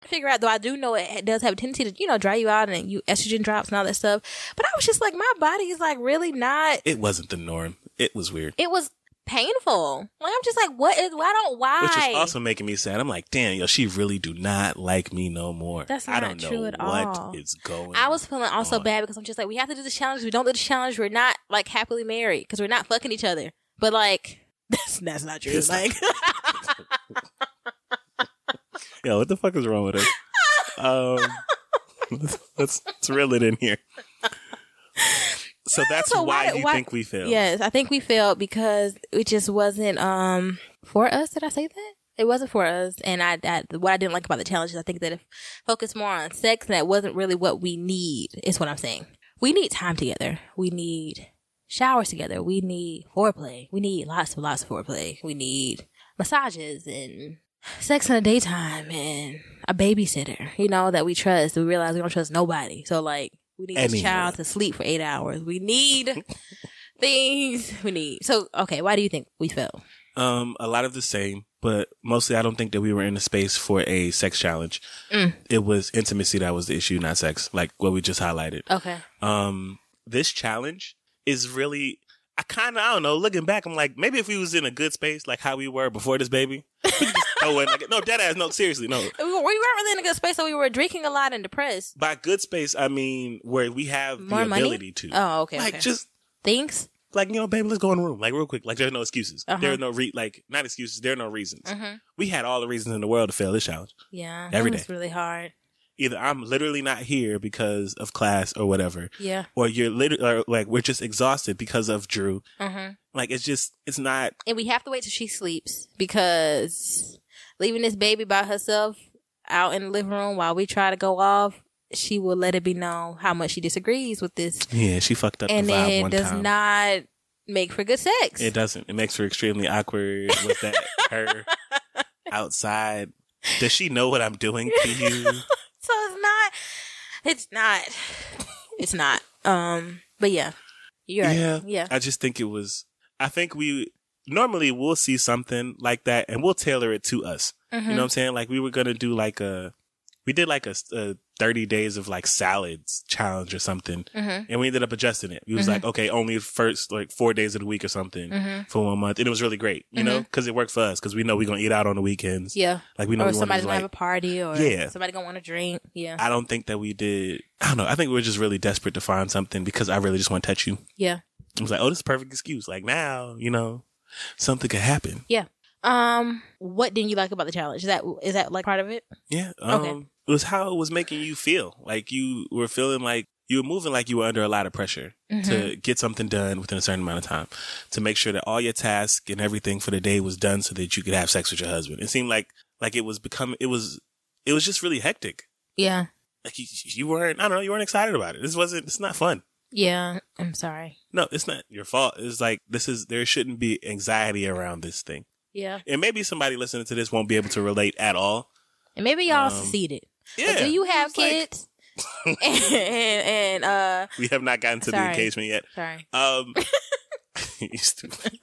figure out though I do know it does have a tendency to you know dry you out and you estrogen drops and all that stuff but I was just like my body is like really not
It wasn't the norm. It was weird.
it was painful like I'm just like what is why don't why
Which is also making me sad. I'm like, damn, yo, she really do not like me no more.
That's not
I don't know
true at
what
all.
is going.
I was feeling also
on.
bad because I'm just like we have to do this challenge If we don't do the challenge we're not like happily married because we're not fucking each other but like that's that's not true
It's not-
like
Yo, what the fuck is wrong with us? um, let's, let's let's reel it in here. So that's
so
why,
why-
you
why-
think we failed.
yes I think we failed because it just wasn't um for us did I say that it wasn't for us and I, I what I didn't like about the challenge is I think that if focused more on sex and that wasn't really what we need is what I'm saying we need time together we need showers together we need foreplay we need lots and lots of foreplay we need massages and sex in the daytime and a babysitter you know that we trust we realize we don't trust nobody so like we need this
Anyone.
child to sleep for eight hours we need things we need. So, okay, why do you think we fell?
Um, a lot of the same, but mostly I don't think that we were in a space for a sex challenge.
Mm.
It was intimacy that was the issue, not sex, like what we just highlighted.
Okay.
Um, this challenge is really, I kind of, I don't know, looking back, I'm like, maybe if we was in a good space, like how we were before this baby, we could just throw in, like, no, dead ass, no, seriously, no.
We, were, we weren't really in a good space, so we were drinking a lot and depressed.
By good space, I mean where we have
More
the
money?
ability to.
Oh, okay.
Like
okay.
just
Things?
like you know, baby, let's go in the room, like real quick. Like there's no excuses.
Uh-huh. Mm.
There are no re like not excuses. There are no reasons.
Mm-hmm.
We had all the reasons in the world to fail this challenge.
Yeah.
Every
Every day.
day.
really hard.
Either I'm literally not here because of class or whatever,
Yeah.
or you're literally like we're just exhausted because of Drew.
Mm-hmm.
Like it's just it's not.
And we have to wait till she sleeps because leaving this baby by herself out in the living room while we try to go off, she will let it be known how much she disagrees with this.
Yeah, she fucked up
And
the vibe
it
one
does
time.
not make for good sex.
it doesn't. It makes her extremely awkward with that her outside. Does she know what I'm doing to you?
So it's not. It's not. It's not. Um. But yeah, you're right.
Yeah.
Yeah.
I just think it was. I think we normally we'll see something like that and we'll tailor it to us.
Mm-hmm.
You know what I'm saying? Like we were gonna do like a, we did like a, s- a 30 days of like salads challenge or something,
Mm-hmm.
and we ended up adjusting it. We was like, okay, only first like four days of the week or something
Mm-hmm.
for one month, and it was really great. You know, because it worked for us because we know we're gonna eat out on the weekends.
yeah.
Like we know
or
we wanna
somebody's
just,
gonna
like,
have a party, or
Yeah.
somebody gonna want to drink. Yeah.
I don't think that we did. I don't know. I think we were just really desperate to find something because I really just want to touch you.
yeah.
I was like, oh, this is a perfect excuse. Like now, you know, something could happen.
Yeah. Um. What didn't you like about the challenge? Is that is that like part of it?
Yeah. Um,
Okay.
It was how it was making you feel. Like you were feeling like you were moving like you were under a lot of pressure to
Mm-hmm.
get something done within a certain amount of time, to make sure that all your tasks and everything for the day was done so that you could have sex with your husband. It seemed like, like it was becoming, it was, it was just really hectic.
Yeah.
Like you, you weren't, I don't know, you weren't excited about it. This wasn't, it's not fun.
Yeah, I'm sorry.
No, it's not your fault. It's like this is there shouldn't be anxiety around this thing.
Yeah.
And maybe somebody listening to this won't be able to relate at all.
And maybe y'all
Um,
succeeded.
Yeah.
But do you have
It's like-
kids? and, and, uh,
We have not gotten to the
Sorry.
engagement yet.
sorry.
Um, you stupid.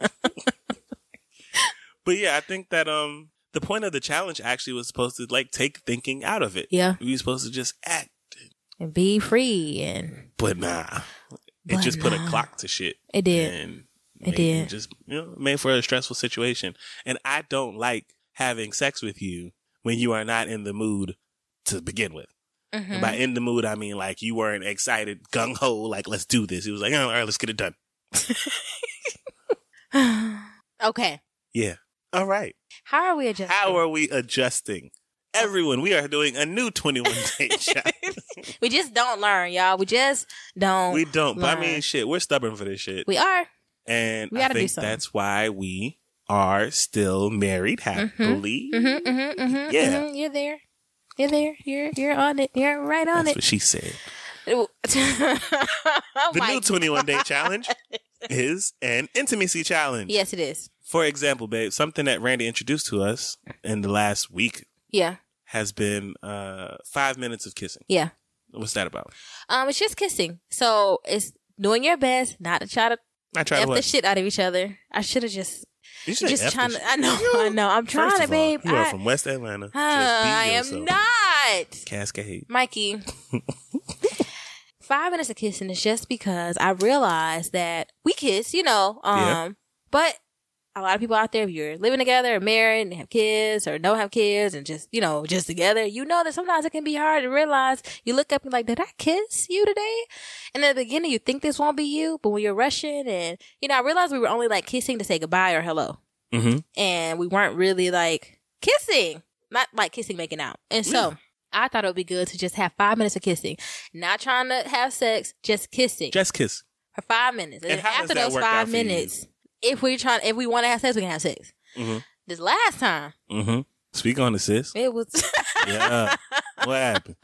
but yeah, I think that um the point of the challenge actually was supposed to like take thinking out of it.
Yeah.
We were supposed to just act,
And be free. And
but nah, it
But
just put a
nah.
clock to shit.
it did.
And
It
made-
did.
Just you know, made for a stressful situation. And I don't like having sex with you when you are not in the mood to begin with.
Mhm.
And by in the mood, I mean like you weren't excited, gung ho, like let's do this. It was like, oh, all right, let's get it done.
okay.
Yeah. All right.
How are we adjusting?
How are we adjusting?
Oh.
Everyone, we are doing a new 21 day challenge.
we just don't learn, y'all. We just don't.
we don't, but I mean,
Learn.
shit, we're stubborn for this shit.
we are.
and
we
I
gotta do
think
something.
that's why we are still married happily.
Mm-hmm, mm-hmm, mm-hmm,
Yeah.
hmm You're there. You're there. You're you're on it. You're right on
That's what she said.
it. oh
The
my-
new 21 day challenge is an intimacy challenge.
yes, it is.
For example, babe, something that Randy introduced to us in the last week
Yeah,
has been uh, five minutes of kissing.
yeah.
What's that about?
Um, it's just kissing. So it's doing your best not to try to
I tried
f
to
the
what?
shit out of each other. I should have just
You said
just
F the
trying
shit.
to. I know. I know. I'm trying
First
to,
of all,
babe.
You are
I,
from West Atlanta. Just be
I
yourself.
am not.
Cascade.
Mikey. Five minutes of kissing is just because I realized that we kiss, you know, um,
Yeah.
but a lot of people out there, if you're living together or married and have kids or don't have kids and just, you know, just together, you know that sometimes it can be hard to realize you look up and like, did I kiss you today? And at the beginning, you think this won't be you, but when you're rushing and, you know, I realized we were only like kissing to say goodbye or hello
Mm-hmm.
and we weren't really like kissing, not like kissing, making out. And so
Mm.
I thought it would be good to just have five minutes of kissing, not trying to have sex, just kissing
Just kiss.
for five minutes. And,
And
then
how
after
does that
those
work out
five
for you?
minutes, if we trying, if we want to have sex, we can have sex.
Mhm.
This last time,
Mm-hmm. Speak on it, sis.
it was.
yeah. What happened?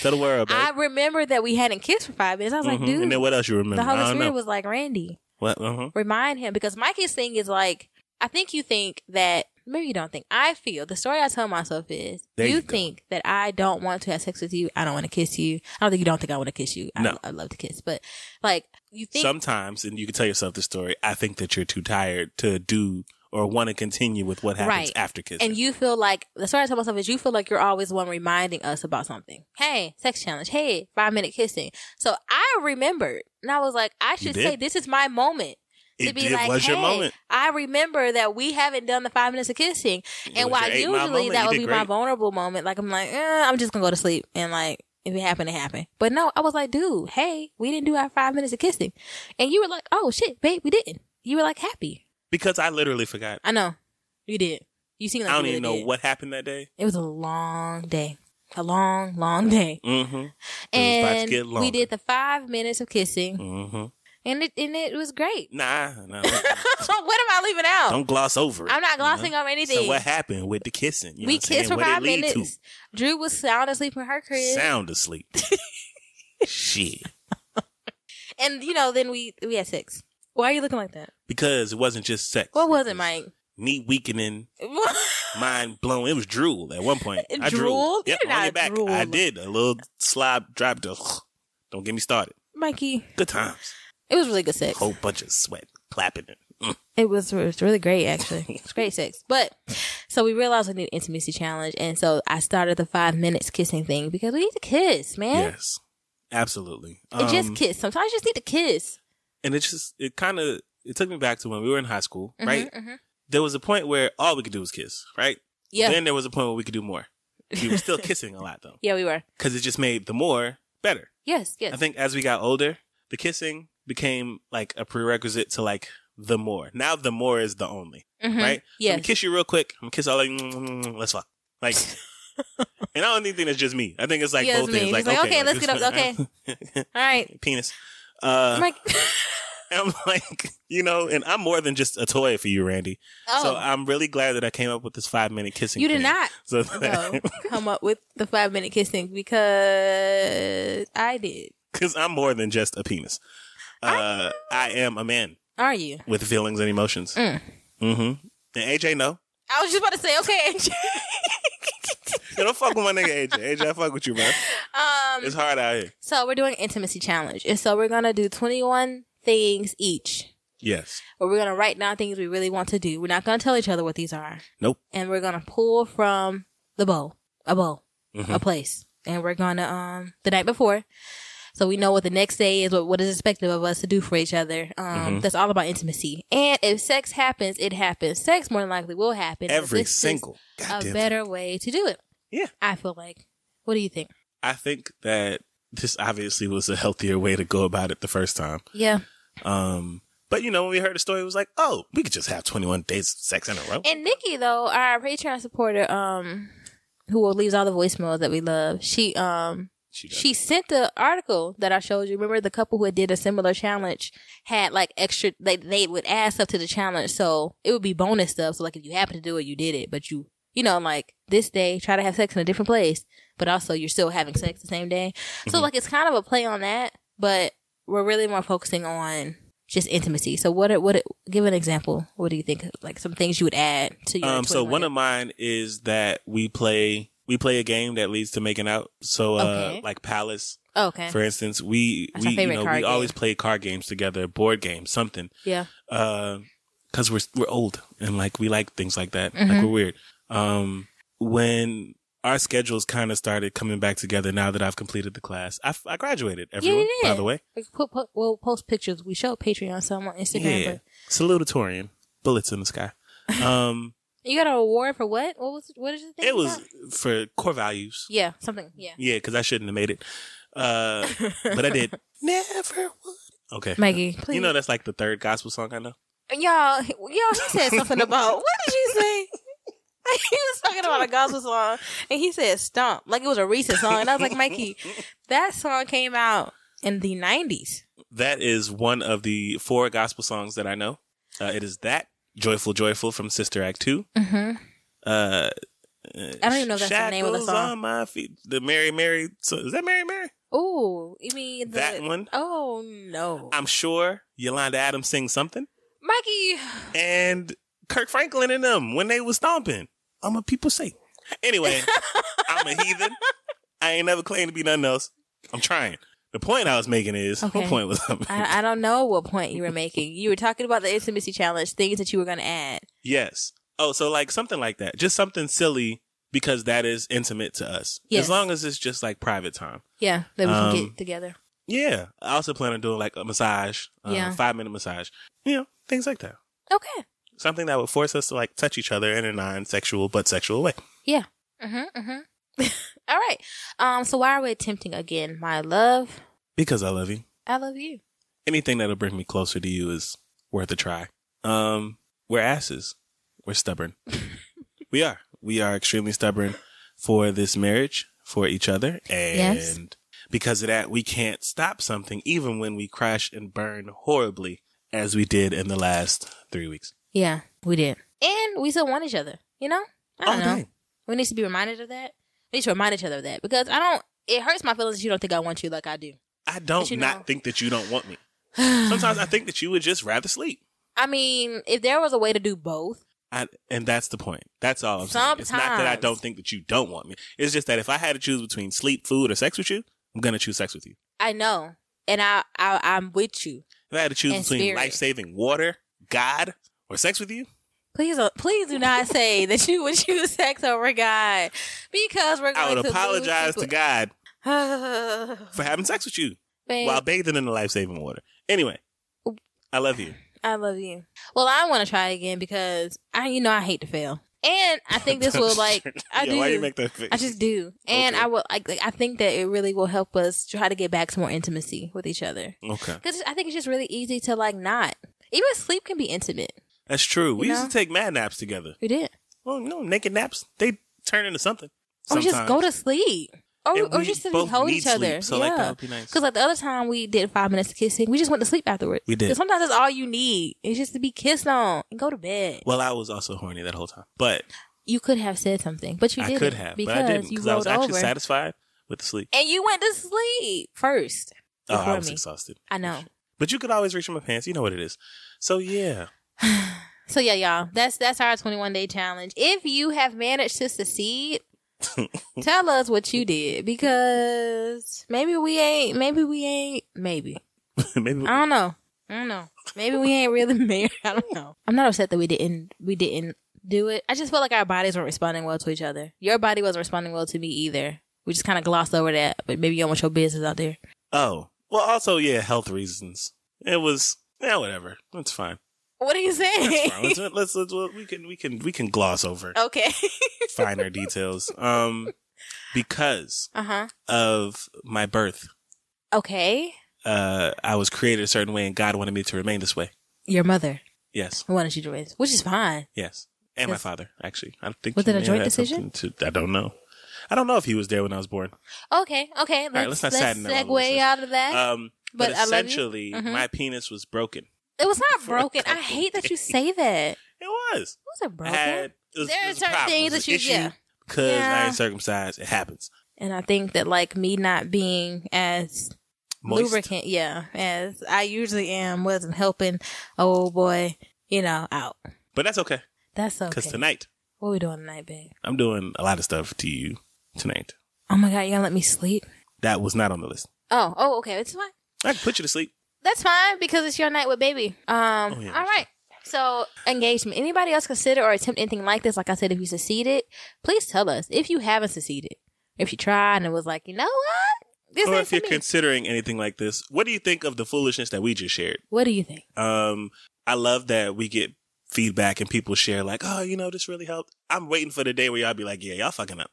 Tell the world, babe.
I remember that we hadn't kissed for five minutes. I was
Mhm.
like, dude,
And then what else you remember?
the Holy
I don't
Spirit
know.
was like, Randy,
what? Uh-huh.
remind him because Mikey's thing is like I think you think that maybe you don't think I feel the story I tell myself is
There
you,
you go.
think that I don't want to have sex with you I don't want to kiss you I don't think you don't think I want to kiss you I,
No.
I love to kiss but like you think
Sometimes, and you can tell yourself the story, I think that you're too tired to do or want to continue with what happens
Right.
after kissing.
and you feel like the story I tell myself is you feel like you're always the one reminding us about something hey sex challenge hey five minute kissing so I remembered and I was like I should
did.
say this is my moment to
it
be
it
like,
was
hey,
your moment.
I remember that we haven't done the five minutes of kissing.
It
And
was
while
your eight mile
usually
moment.
that
You
would
did
be my
great.
vulnerable moment, like I'm like, eh, I'm just gonna go to sleep and like if it happened, it happened. But no, I was like, dude, hey, we didn't do our five minutes of kissing, and you were like, oh shit, babe, we didn't. You were like happy.
Because I literally forgot.
I know you did. You seem like
I don't
you
even know
really did.
what happened that day.
It was a long day, a long, long day,
Mm-hmm. It was about to
and
get
we
longer.
did the five minutes of kissing,
Mm-hmm.
and it and it was great.
Nah, nah.
what am I leaving out?
don't gloss over it.
I'm not
you know?
glossing over anything.
So what happened with the kissing? You know what
we
I'm saying?
kissed for
What'd it
five
lead to?
minutes. Drew was sound asleep in her crib.
Sound asleep. Shit.
And you know, then we we had sex. Why are you looking like that?
Because it wasn't just sex.
What was it,
was
Mike?
Knee weakening, mind blown. It was drool at one point. I
Drool?
drooled. Yep,
You're
on your
not
back. I
drooling.
did. A little slob drop. To, don't get me started.
Mikey,
Good times.
it was really good sex.
Whole bunch of sweat. Clapping it. Mm.
It was, it was really great, actually. It's great sex. But so we realized we need an intimacy challenge, and so I started the five minutes kissing thing because we need to kiss, man.
Yes. Absolutely.
And just
Um,
kiss. Sometimes you just need to kiss.
and it's just, it kind of, it took me back to when we were in high school,
Mhm,
right?
mhm.
There was a point where all we could do was kiss, right?
Yeah.
Then there was a point where we could do more. We were still kissing a lot though,
yeah, we were.
because it just made the more better.
Yes, yes.
I think as we got older, the kissing became like a prerequisite to like the more. Now the more is the only,
Mhm.
right? I'm
Yes.
gonna kiss you real quick. I'm gonna kiss all like, mm, mm, mm, let's fuck. Like, and I don't even think that's just me. I think it's like
Yeah, it's
both
me.
things. Like,
It's like,
okay,
okay, let's get
up. Okay,
All right.
penis. Uh,
Mike.
and I'm like, you know, and I'm more than just a toy for you, Randy.
oh,
So I'm really glad that I came up with this five minute kissing.
you did
thing.
not.
So
though, come up with the five minute kissing because I did.
because I'm more than just a penis. Uh, I am a man
Are you?
with feelings and emotions.
Mm.
Mm-hmm. And AJ, no.
I was just about to say, okay, AJ.
You don't fuck with my nigga AJ. AJ, I fuck with you, man.
um,
It's hard out here.
so we're doing intimacy challenge, and so we're gonna do twenty one things each.
Yes.
Where we're gonna write down things we really want to do. We're not gonna tell each other what these are,
Nope.
and we're gonna pull from the bowl, a bowl, a
Mhm.
place, and we're gonna um the night before. So we know what the next day is, what, what is expected of us to do for each other. Um,
Mhm.
That's all about intimacy. And if sex happens, it happens. Sex more than likely will happen.
Every
This is
single.
a
Goddamn.
better way to do it.
Yeah.
I feel like. What do you think?
I think that this obviously was a healthier way to go about it the first time.
Yeah.
Um, but you know, when we heard the story, it was like, oh, we could just have 21 days of sex in a row.
And Nikki though, our Patreon supporter, um, who leaves all the voicemails that we love, she um
She does.
she sent the article that I showed you. Remember the couple who had did a similar challenge had like extra they they would add stuff to the challenge, so it would be bonus stuff. So like if you happen to do it, you did it, but you you know like this day try to have sex in a different place, but also you're still having sex the same day. So
Mhm.
like it's kind of a play on that, but we're really more focusing on just intimacy. So what are, what are- give an example? What do you think like some things you would add to your
um, so
21
one of mine is that we play, we play a game that leads to making out. So, uh,
Okay.
like Palace,
Oh, Okay.
for instance, we,
That's
we,
my
you
favorite
know, we
card game.
always play card games together, board games, something.
yeah.
Uh, cause we're, we're old and like, we like things like that.
Mhm.
Like we're weird. Um, when our schedules kind of started coming back together now that I've completed the class, I, I graduated
you
everyone, by
did.
the way.
We put, put we'll post pictures. We show Patreon some on Instagram.
Yeah.
But
Salutatorian. Bullets in the sky. Um,
you got an award for what? What was what is the thing?
it was
about?
for core values.
yeah something yeah.
Yeah, because I shouldn't have made it. Uh, but I did. Never would. Okay.
Maggie, please.
You know, that's like the third gospel song I know.
y'all, y'all, he said something about what did you say? he was talking about a gospel song, and he said "stomp" like it was a recent song, and I was like, Mikey, that song came out in the nineties.
That is one of the four gospel songs that I know. Uh, it is that Joyful Joyful from Sister Act 2.
Mm-hmm.
Uh,
I don't even know if that's the name of the
Shackles
song.
On my feet. The Mary Mary. So, is that Mary Mary?
Ooh, you mean the,
That one?
Oh no,
I'm sure Yolanda Adams sings something.
Mikey.
and Kirk Franklin and them when they was stomping. I'm a people say. Anyway, I'm a heathen. I ain't never claimed to be nothing else. I'm trying. The point I was making is
Okay.
what point was I making?
I, I don't know what point you were making. You were talking about the intimacy challenge, things that you were going to add.
yes. Oh, so like something like that. Just something silly because that is intimate to us.
Yes.
As long as it's just like private time.
Yeah, that we can
Um,
get together.
Yeah. I also plan on doing like a massage, uh,
Yeah.
five minute massage, you know, things like that.
Okay.
Something that would force us to like touch each other in a non sexual but sexual way.
Mm-hmm, mm-hmm. All right. Um. So why are we attempting again, my love?
Because I love you.
I love you.
anything that'll bring me closer to you is worth a try. Um, we're asses. We're stubborn. we are. We are extremely stubborn for this marriage, for each other, and
Yes.
because of that, we can't stop something even when we crash and burn horribly as we did in the last three weeks.
Yeah, we did, and we still want each other. You know, I don't
All
know.
day.
We need to be reminded of that. We need to remind each other of that because I don't. It hurts my feelings that you don't think I want you like I do.
I don't
you
not
know-
think that you don't want me. Sometimes I think that you would just rather sleep.
I mean, if there was a way to do both,
I, and that's the point. That's all I'm saying. It's not that I
Sometimes.
don't think that you don't want me. It's just that if I had to choose between sleep, food, or sex with you, I'm gonna choose sex with you.
I know, and I, I I'm with you.
If I had to choose
And
between
spirit.
life saving water, God, or sex with you,
Please, don't- please do not say that you would choose sex over God because we're
I
going
would
to
apologize to God
God.
for having sex with you
Babe,
while bathing in the life saving water. Anyway, I love you.
I love you. Well, I want to try again because I, you know, I hate to fail, and I think this will like I
yeah,
do.
Why you make that face?
I just do, and
Okay.
I will. Like, like, I think that it really will help us try to get back to more intimacy with each other
Okay,
because I think it's just really easy to like not. Even sleep can be intimate.
that's true. We
You
used
know?
to take mad naps together.
We did,
Well, no naked naps. They turn into something.
or just
sometimes.
go to sleep, or,
And
or
we
just to
both
hold
need
each other.
sleep, so
yeah.
like that would be nice.
Because like the other time we did five minutes of kissing, we just went to sleep afterwards.
We did.
'Cause sometimes that's all you need. It's just to be kissed on and go to bed.
Well, I was also horny that whole time, but
You could have said something, but you
I
didn't.
could have,
because
but I didn't
you
because I was
rolled
actually
over
satisfied with the sleep.
and you went to sleep first.
Oh, I
before
was
me.
exhausted.
I know.
But you could always reach in my pants. You know what it is. So yeah,
So yeah, y'all, that's that's our 21 day challenge. If you have managed to succeed, tell us what you did because maybe we ain't, maybe we ain't, maybe
maybe
I don't know, I don't know. Maybe we ain't really married. I don't know. I'm not upset that we didn't we didn't do it. I just felt like our bodies weren't responding well to each other. Your body wasn't responding well to me either. We just kind of glossed over that, but maybe you don't want your business out there.
Oh, well, also, yeah, health reasons. It was, yeah, whatever. That's fine.
What are you
That's
saying?
fine. Let's, let's, let's, well, we can, we can, we can gloss over
okay.
finer details. Um, because
Uh huh.
of my birth,
Okay.
uh, I was created a certain way and God wanted me to remain this way.
Your mother
Yes.
wanted you to raise, which is fine.
Yes. And my
Yes.
father, actually. I think
Was
he
it a
may have
joint
had
decision?
something To, I don't know. I don't know if he was there when I was born.
Okay, okay. Let's,
right, let's not sadden
let's
them all,
segue
listeners.
out of that.
Um, but,
Eh, But I love you.
essentially,
Mhm.
my penis was broken.
it was not
for a
broken. I
couple
hate that you
days.
say that.
It was.
Was it
I
broken?
had- it was-
There
it
are
was a
certain
problem. It
things
was
that
an
you-
issue
yeah.
Because I
Yeah.
ain't circumcised, it happens.
and I think that like me not being as
Moist.
lubricant, yeah, as I usually am, wasn't helping. Oh boy, you know, out.
But that's okay.
That's okay.
Because tonight,
what we doing tonight, babe?
I'm doing a lot of stuff to you tonight.
Oh my god, you gonna let me sleep?
That was not on the list.
Oh, oh, okay, it's fine.
I can put you to sleep.
That's fine because it's your night with baby. Um,
Oh, yeah,
all right. So engagement. Anybody else consider or attempt anything like this? Like I said, if you succeeded, please tell us. If you haven't succeeded, if you tried and it was like, you know what, this
or
ain't
if
for
you're
me.
considering anything like this, what do you think of the foolishness that we just shared?
what do you think?
Um, I love that we get feedback and people share like, oh, you know, this really helped. I'm waiting for the day where y'all be like, yeah, y'all fucking up.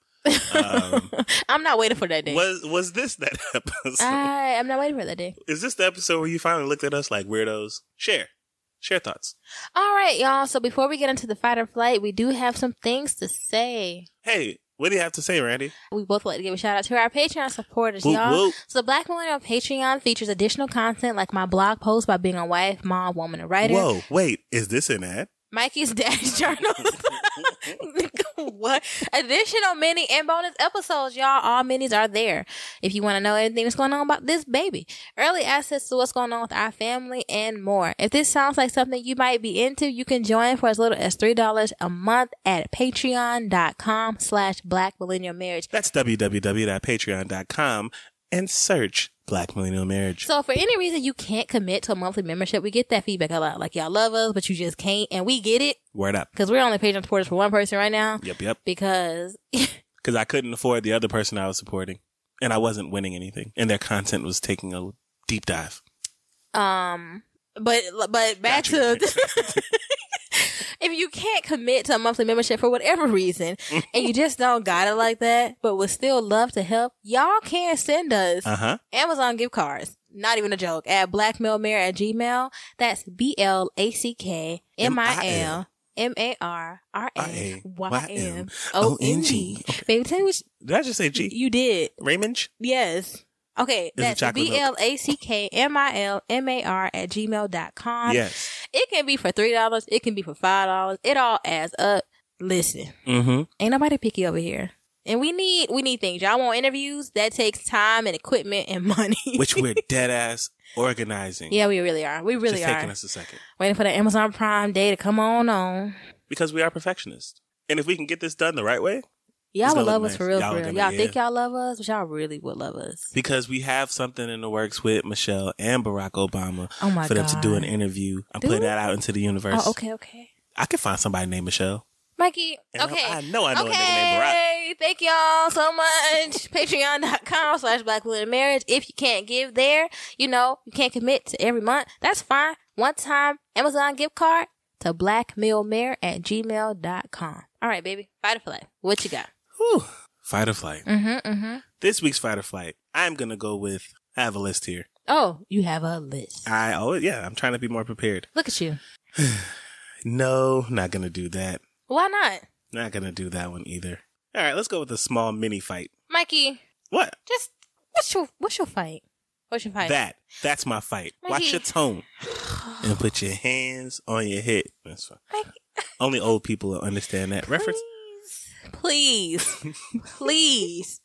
Um,
I'm not waiting for that day.
was was this that episode?
I am not waiting for that day.
Is this the episode where you finally looked at us like weirdos? Share, share thoughts.
All right, y'all. So before we get into the fight or flight, we do have some things to say.
Hey, what do you have to say, Randy?
We both would like to give a shout out to our Patreon supporters,
Whoop,
y'all.
whoop.
So the Black Millennial Patreon features additional content like my blog post by being a wife, mom, woman, and writer.
Whoa, wait, is this an ad?
Mikey's dash journals. what? Additional mini and bonus episodes, y'all. All minis are there. If you want to know anything that's going on about this baby, early access to what's going on with our family, and more. If this sounds like something you might be into, you can join for as little as $3 a month at patreon.com slash black millennial marriage.
That's www.patreon.com and search Black Millennial Marriage.
So if for any reason you can't commit to a monthly membership, we get that feedback a lot. Like y'all love us, but you just can't. And we get it
Word up.
because we're only Patreon supporters for one person right now
Yep, yep.
because
Because I couldn't afford the other person I was supporting, and I wasn't winning anything, and their content was taking a deep dive.
Um, but but back
Gotcha.
to if you can't commit to a monthly membership for whatever reason, and you just don't got it like that, but would still love to help, y'all can send us
Uh huh.
Amazon gift cards. Not even a joke. At blackmailmare at gmail. That's B L A C K M I L M A R R A Y M O N G. Baby, tell me what
Did I just say
you,
G?
you did.
Raymond?
Yes. Okay,
a
that's
chocolate milk.
B L A C K M I L M A R at gmail.com.
Yes.
It can be for $3. It can be for $5. It all adds up. Listen,
Mm hmm.
ain't nobody picky over here. And we need we need things. Y'all want interviews? That takes time and equipment and money.
Which we're dead ass organizing.
yeah, we really are. We really
just
are.
taking us a second.
Waiting for the Amazon Prime Day to come on on.
Because we are perfectionists. And if we can get this done the right way, It's
Y'all
gonna
would love
look
us for
nice.
real,
Y'all
for
would
real.
give me-
Y'all think
yeah.
y'all love us, but y'all really would love us.
because we have something in the works with Michelle and Barack Obama
Oh my
for them
god.
to do an interview. I'm
Do
putting
we?
that out into the universe.
Oh, okay, okay.
I could find somebody named Michelle.
Mikey,
And I-
okay.
I know I know a nigga named Barack.
okay. Thank y'all so much. Patreon.com slash Black Women Marriage. If you can't give there, you know, you can't commit to every month. That's fine. One time Amazon gift card to blackmillmare at gmail.com. All right, baby. Fight or flight. What you got?
Whew. Fight or flight.
Mm-hmm, mm-hmm.
This week's fight or flight, I'm gonna go with. I have a list here.
Oh, you have a list.
I always, yeah, I'm trying to be more prepared.
Look at you.
No, not gonna do that.
Why not?
Not gonna do that one either. All right, let's go with a small mini fight.
Mikey,
What?
just what's your what's your fight? What's your fight?
That. That's my fight. Watch
Mikey.
your tone and put your hands on your head. That's fine.
Mikey.
Only old people will understand that reference.
Please. Please.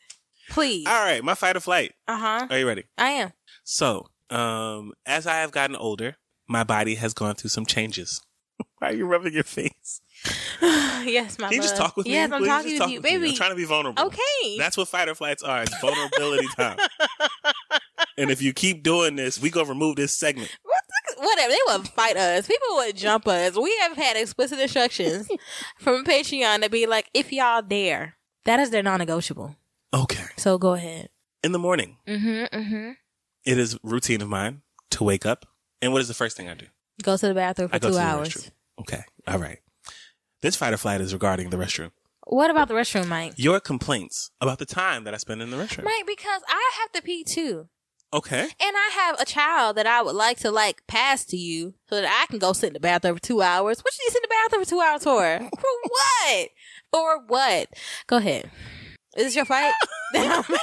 Please.
All right, my fight or flight.
Uh huh.
Are you ready?
I am.
So, um, as I have gotten older, my body has gone through some changes. Why are you rubbing your face?
yes, my
Can you just
love.
talk with
yes,
me?
I'm
please?
talking
Just
with
talk
you,
me. I'm
baby.
trying to be vulnerable.
okay.
That's what fight or flights are. It's vulnerability time. and if you keep doing this, we gonna remove this segment.
What the- Whatever. They would fight us. People would jump us. We have had explicit instructions from Patreon to be like, if y'all dare, that is their non-negotiable.
Okay.
So go ahead.
In the morning,
Mm-hmm. Mm-hmm.
it is routine of mine to wake up. And what is the first thing I do?
Go to the bathroom for
I go
two
to the
hours.
restroom. Okay. All right. This fight or flight is regarding the restroom.
What about the restroom, Mike?
Your complaints about the time that I spend in the restroom.
Mike, because I have to pee too.
Okay.
And I have a child that I would like to like pass to you so that I can go sit in the bathroom for two hours. What you need to sit in the bathroom for two hours for? For what? For what? Go ahead. Is this your fight? who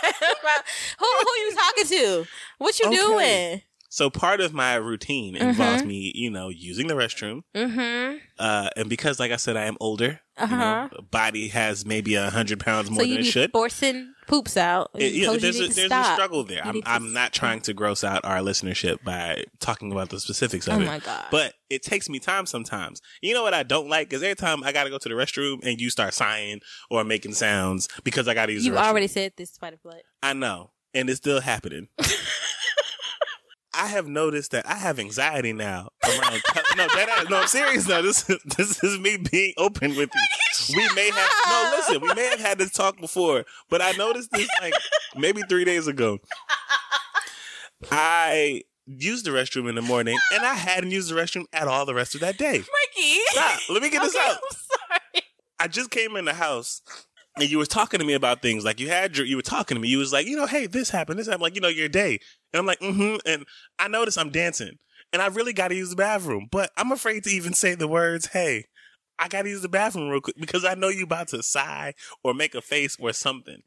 who you talking to? What you
Okay. So part of my routine involves
Mhm.
me, you know, using the restroom.
doing? Mm-hmm.
Uh, and because, like I said, I am older, you
Uh-huh.
know, body has maybe a hundred pounds more
so you
than it
be
should.
forcing poops out.
It- yeah,
Told you
there's
need
a,
to
there's a
stop.
struggle there. I'm,
need to
I'm not trying to gross out our listenership by talking about the specifics of
Oh
it.
my God.
But it takes me time sometimes. You know what I don't like is every time I gotta go to the restroom and you start sighing or making sounds because I gotta use.
you
the restroom.
already said this, Spider Blood.
I know, and it's still happening. I have noticed that I have anxiety now. Around no, that no, I'm serious. No, this is- this is me being open with you. We may have no listen. We may have had this talk before, but I noticed this like maybe three days ago. I used the restroom in the morning, and I hadn't used the restroom at all the rest of that day.
Mikey.
Stop. Let me get this
Okay,
out.
I'm
I just came in the house and you were talking to me about things. Like you had your, you were talking to me. You was like, you know, hey, this happened. This happened. Like, you know, your day. And I'm like, mm-hmm. And I noticed I'm dancing. And I really gotta use the bathroom. But I'm afraid to even say the words, hey, I gotta use the bathroom real quick because I know you about to sigh or make a face or something.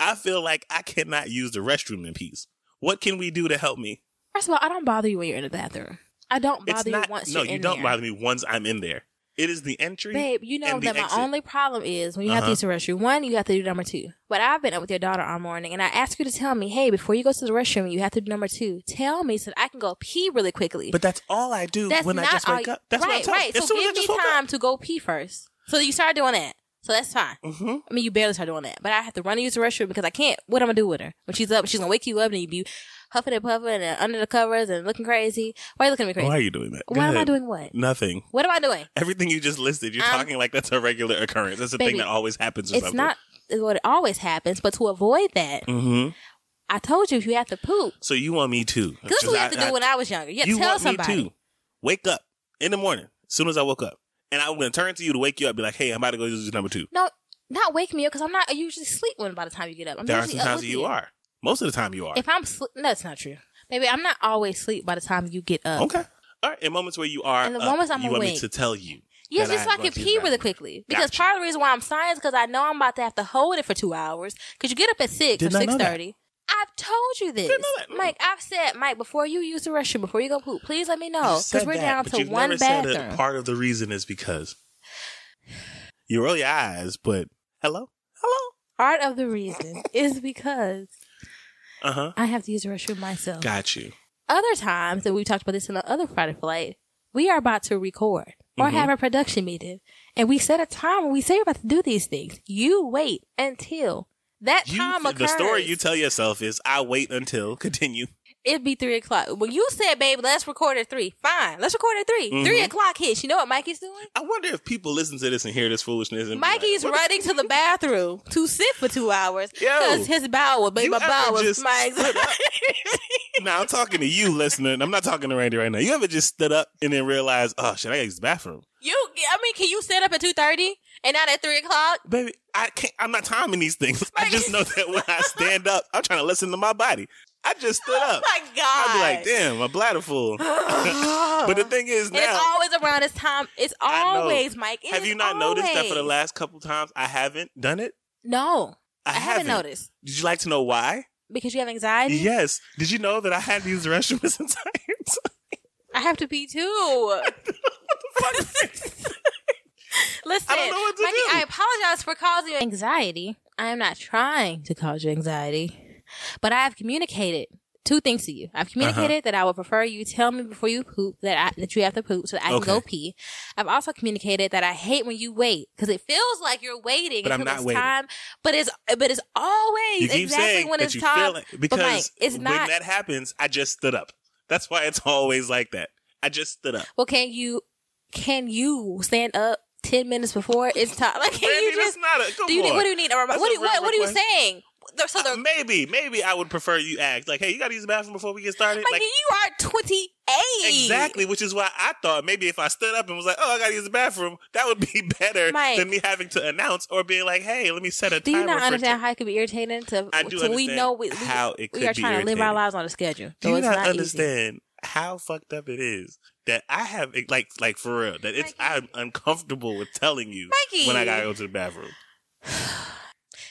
I feel like I cannot use the restroom in peace. What can we do to help me?
First of all, I don't bother you when you're in the bathroom. I don't bother you once
no,
you're
you
in
don't
there.
bother me once I'm in there. It is the entry.
Babe, you know
and the
that my
exit.
only problem is when you have to
Uh-huh.
use the restroom. One, you have to do number two. But I've been up with your daughter all morning, and I asked you to tell me, hey, before you go to the restroom, you have to do number two. Tell me so that I can go pee really quickly.
But that's all I do
that's
when
not
I just
all
wake
you-
up. That's
right,
what I'm telling.
right.
As
so
soon as I
give
just
me
woke up.
time to go pee first. So you start doing that. So that's fine.
Mhm.
I mean, you barely start doing that, but I have to run and use the restroom because I can't. What am I gonna do with her when she's up? She's gonna wake you up and you be huffing and puffing and under the covers and looking crazy. Why are you looking at me crazy?
Why are you doing that? Go
Why am I
ahead.
doing what?
Nothing.
What am I doing?
Everything you just listed, you're
I'm-
talking like that's a regular occurrence. That's a
Baby,
thing that always happens. Or
It's
something.
not what always happens, but to avoid that,
hmm
I told you if you have to poop,
So you want me
this
too?
is what
Because
you have to do when I was younger. You, have to
you
tell
want
somebody.
me to wake up in the morning as soon as I woke up, and I'm going to turn to you to wake you up. Be like, hey, I'm about to go use number two.
No, not wake me up because I'm not I usually sleep when by the time you get up. I'm
There are
usually
some
up
times
with
that you are. Most of the time you are.
If I'm sleep, no, that's not true. Baby, I'm not always sleep by the time you get up.
okay. All right. In moments where you are,
In the
up,
moments I'm
you want me
awake.
to tell you.
Yes,
that
just so
I'm
I
going
can
to use
pee
the
really
bathroom.
quick. Because
Gotcha.
part of the reason why I'm sighing is because I know I'm about to have to hold it for two hours. Because you get up at six
Did
or
not
six
know that.
thirty. I've told you this,
Didn't know that. Mm.
Mike. I've said, Mike, before you use the restroom, before you go poop, please let me know
You said
because Oh, we're
that,
down
but
to
you've
one
never said
bathroom.
that part of the reason is because you roll your eyes, but hello, hello,
Part of the reason is because
uh huh,
I have to use the restroom myself.
got you.
Other times, and we talked about this in the other Friday flight, we are about to record or
Mm-hmm.
have a production meeting, and we set a time when we say we're about to do these things. You wait until that
You-
time occurs.
the story you tell yourself is, "I wait until." Continue.
It'd be three o'clock. When you said, "Babe, let's record at three, fine, let's record at 3
Mm-hmm.
Three o'clock hits. You know what Mikey's doing?
I wonder if people listen to this and hear this foolishness. And be like,
Mikey's
"What the
running to the bathroom to sit for two hours
Yo.
because his bowel was, babe,
You
my
ever
bowel was
just
my anxiety.
f- Now I'm talking to you, listener. And I'm not talking to Randy right now. You ever just stood up and then realized, "Oh shit, I gotta use the bathroom,
you, I mean, can you sit up at two thirty and not at three o'clock?
baby"? I can't. I'm not timing these things. I just know that when I stand up, I'm trying to listen to my body. I just stood
Oh
up.
my god!
I'd be like, "Damn, my bladder full." but the thing is,
And
now
it's always around this time. It's
I know.
always Mike. It
have
is
you not noticed that for the
always.
last couple times I haven't done it?
No, I, haven't, noticed
Did you like to know why?
because you have anxiety.
Yes. Did you know that I had to use the restroom this entire time?
I have to pee too. Listen,
I don't know what to
Mikey,
do.
I apologize for causing you anxiety. I am not trying to cause you anxiety, but I have communicated two things to you.
Uh-huh.
I've communicated that I would prefer you tell me before you poop that I, that you have to poop so that I can go
Okay.
pee. I've also communicated that I hate when you wait because it feels like you're waiting
But I'm
until
not
it's
waiting.
time. But it's but it's always
You keep
exactly
saying
when
that
it's
you
time.
feel it because
but like it's
when
not.
that happens, I just stood up. That's why it's always like that. I just stood up.
well, can you can you stand up ten minutes before it's time? Like can
Brandy,
you just
that's not a. Come
do you
on.
need, what do you need a reminder?
That's
What,
a
do you- what
real
what are you
request.
saying? They're- So they're
Maybe, maybe I would prefer you act like, "Hey, you got to use the bathroom before we get started."
like, you are twenty eight.
Exactly, which is why I thought maybe if I stood up and was like, "Oh, I gotta use the bathroom," that would be better
Mike.
than me having to announce or being like, "Hey, let me set a
Do
timer."
you not
for
understand
t-
how it could be irritating to,
I do
to we
understand
know we, we,
how it
we
could
are
be
trying to live our
irritating.
lives on a schedule. So
Do you
it's
not,
not Easy.
understand how fucked up it is that I have eh, like like for real that it's I'm uncomfortable with telling you
Mikey.
when I gotta go to the bathroom.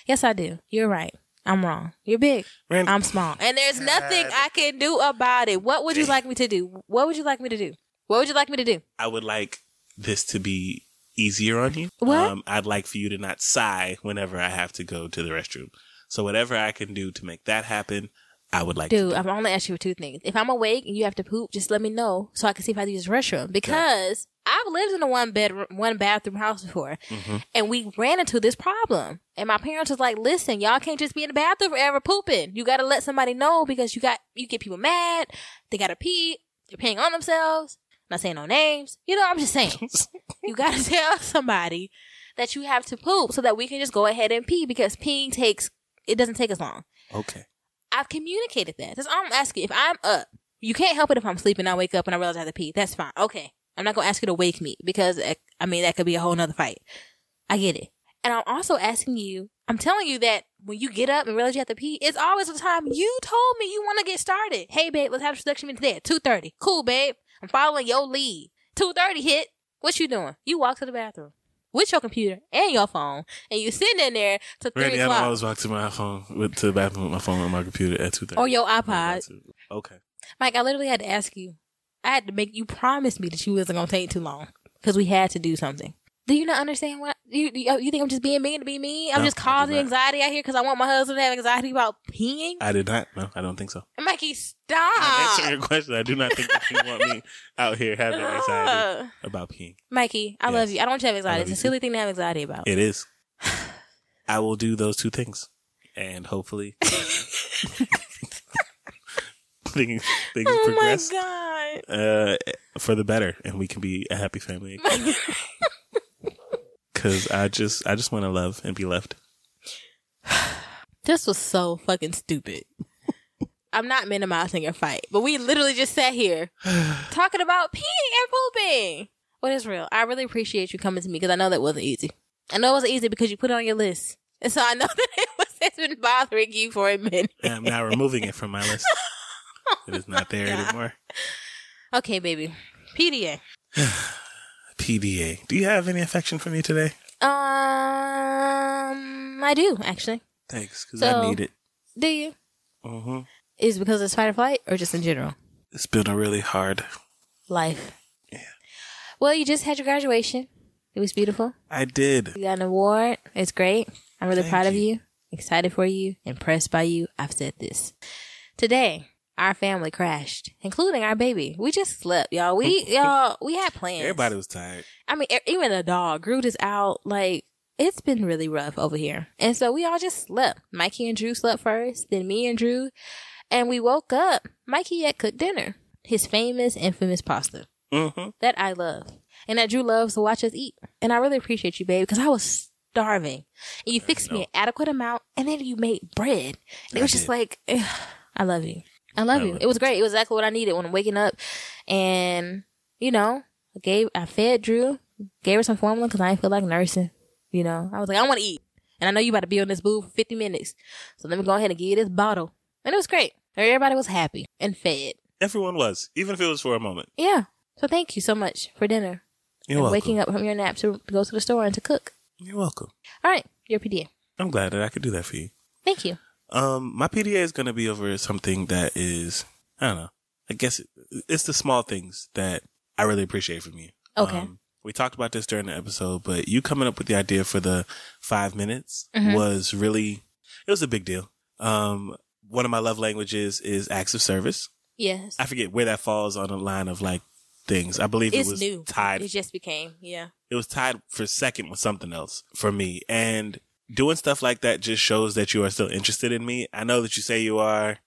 Yes, I do. You're right. I'm wrong. You're big.
Randy,
I'm small. And there's nothing
God.
I can do about it. What would you like me to do? What would you like me to do? What would you like me to do?
I would like this to be easier on you. Um,
What?
I'd like for you to not sigh whenever I have to go to the restroom. So whatever I can do to make that happen, I would like to.
Dude, I've only asked you for two things. If I'm awake and you have to poop, just let me know so I can see if I can use the restroom. Because I've lived in a one bedroom, one bathroom house before,
Mm-hmm.
and we ran into this problem. And my parents was like, "Listen, y'all can't just be in the bathroom forever pooping. You got to let somebody know because you got you get people mad. They got to pee. They're peeing on themselves. not saying no names. You know, I'm just saying you got to tell somebody that you have to poop so that we can just go ahead and pee because peeing takes it doesn't take as long.
Okay.
I've communicated that. That's all I'm asking. If I'm up, you can't help it if I'm sleeping. I wake up and I realize I have to pee. That's fine. Okay. I'm not going to ask you to wake me because, eh, I mean, that could be a whole nother fight. I get it. And I'm also asking you, I'm telling you that when you get up and realize you have to pee, it's always the time you told me you want to get started. Hey, babe, let's have a seduction meeting today at 2.30. Cool, babe. I'm following your lead. 2.30 hit. What you doing? You walk to the bathroom with your computer and your phone and you sitting in there to 3
Randy, I don't
o'clock.
always walk to my phone with to the bathroom with my phone and my computer at two thirty.
Or your iPod.
Okay.
Mike, I literally had to ask you. I had to make you promise me that you wasn't gonna take too long because we had to do something. Do you not understand what you do you, you think I'm just being mean to be mean? I'm
No,
just
I do
causing
not.
anxiety out here because I want my husband to have anxiety about peeing.
I did not. No, I don't think so.
Mikey,
I'm answering
stop.
your question. I do not think that you want me out here having anxiety
Ugh.
about peeing.
Mikey, I love
Yes.
you. I don't want you to have
I
anxiety. It's a
love you
silly thing to have anxiety about.
It is. I will do those two things, and hopefully things things
oh
progress
my
uh, for the better, and we can be a happy family.
god.
Because I just I just want to love and be loved.
This was so fucking stupid. I'm not minimizing your fight, but we literally just sat here talking about peeing and pooping. What is real? I really appreciate you coming to me because I know that wasn't easy. I know it wasn't easy because you put it on your list. And so I know that it was, it's been bothering you for a minute.
And I'm now removing it from my list. It is not there anymore.
Okay, baby. PDA.
PDA. Do you have any affection for me today?
Um, I do, actually.
Thanks, because
So-
I need it.
Do you?
hmm
Is it because of fight or flight or just in general?
It's been a really hard.
Life. Yeah. Well, you just had your graduation. It was beautiful.
I did.
You got an award. It's great. I'm really
Thank
proud of
you.
you. Excited for you. Impressed by you. I've said this. Today, our family crashed, including our baby. We just slept, y'all. We y'all we had plans.
Everybody was tired.
I mean, e- even the dog. Groot is out. Like it's been really rough over here, and so we all just slept. Mikey and Drew slept first, then me and Drew, and we woke up. Mikey had cooked dinner, his famous, infamous pasta
Mm-hmm.
that I love and that Drew loves to watch us eat. And I really appreciate you, babe, because I was starving. And you fixed me an adequate amount and then you made bread. And it
I
was just
did.
like, ugh, I love you. I love
I
you.
love
It was great. It was exactly what I needed when I'm waking up. And, you know, I gave, I fed Drew, gave her some formula because I didn't feel like nursing. You know, I was like, I want to eat. And I know you about to be on this booth for 50 minutes. So let me go ahead and give you this bottle. And it was great. Everybody was happy and fed.
Everyone was, even if it was for a moment.
Yeah. So thank you so much for dinner
You're
and
welcome.
waking up from your nap to to go to the store and to cook.
You're welcome.
All right, your PDA.
I'm glad that I could do that for you.
Thank you.
Um, my PDA is going to be over something that is, I don't know. I guess it, it's the small things that I really appreciate from you.
Okay.
Um, we talked about this during the episode, but you coming up with the
Mm-hmm.
idea for the five minutes was really, it was a big deal. Um, one of my love languages is acts of service.
Yes.
I forget where that falls on the line of like things. I believe
it's
it was
new.
tied.
It just became, yeah.
it was tied for second with something else for me. And doing stuff like that just shows that you are still interested in me. I know that you say you are,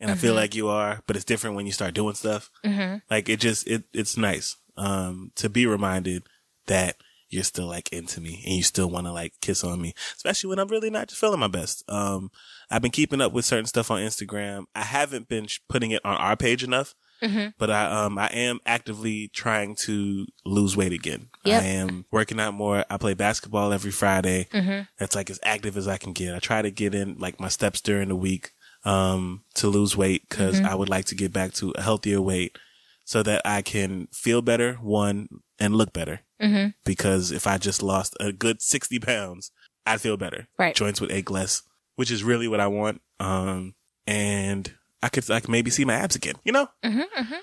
and I feel like you are, but it's different when you start doing stuff.
Mm-hmm.
Like it just it it's nice um to be reminded that you're still like into me and you still want to like kiss on me, especially when I'm really not just feeling my best. Um, I've been keeping up with certain stuff on Instagram. I haven't been sh- putting it on our page enough
Mm-hmm.
but I um I am actively trying to lose weight again.
Yep.
I am working out more. I play basketball every Friday.
Mm-hmm.
That's like as active as I can get. I try to get in like my steps during the week um to lose weight because
Mm-hmm.
I would like to get back to a healthier weight so that I can feel better one and look better
Mm-hmm.
because if I just lost a good 60 pounds, I'd feel better.
Right.
Joints would ache less, which is really what I want. Um, and I could like maybe see my abs again, you know?
Mm-hmm. Mm-hmm.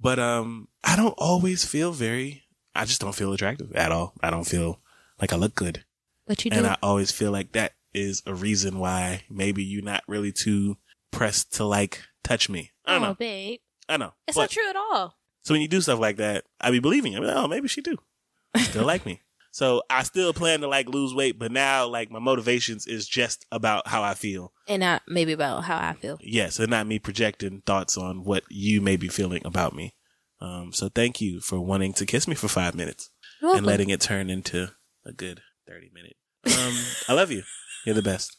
But, um, I don't always feel very, I just don't feel attractive at all. I don't feel like I look good.
But you do.
And I always feel like that is a reason why maybe you're not really too pressed to like touch me. I
oh,
don't know.
babe.
I know.
It's
But-
not true at all.
so when you do stuff like that, I be believing you. I be like, oh, maybe she do still like me. So I still plan to like lose weight, but now like my motivations is just about how I feel.
And not maybe about how I feel.
Yes, and not me projecting thoughts on what you may be feeling about me. Um, so thank you for wanting to kiss me for five minutes
You're
and
welcome.
letting it turn into a good thirty minute. Um, I love you. You're the best.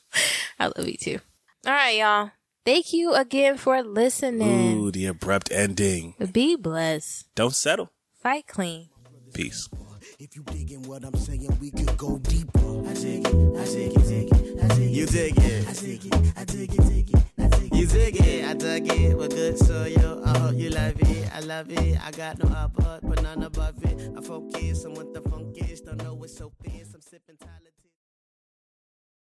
I love you too. All right, y'all. Thank you again for listening.
Ooh, the abrupt ending.
Be blessed.
Don't settle.
Fight clean.
Peace.
If you digging what I'm saying, we could go deeper. I dig it, I dig it, dig it, I dig it. You dig it. I dig it, I dig it, dig it, I dig it. You dig it, I dug it, we're good, so yo, I hope you love it, I love it. I got no upper, but none above it. I focus on what the funk is, don't know what's so fierce, I'm sipping talented.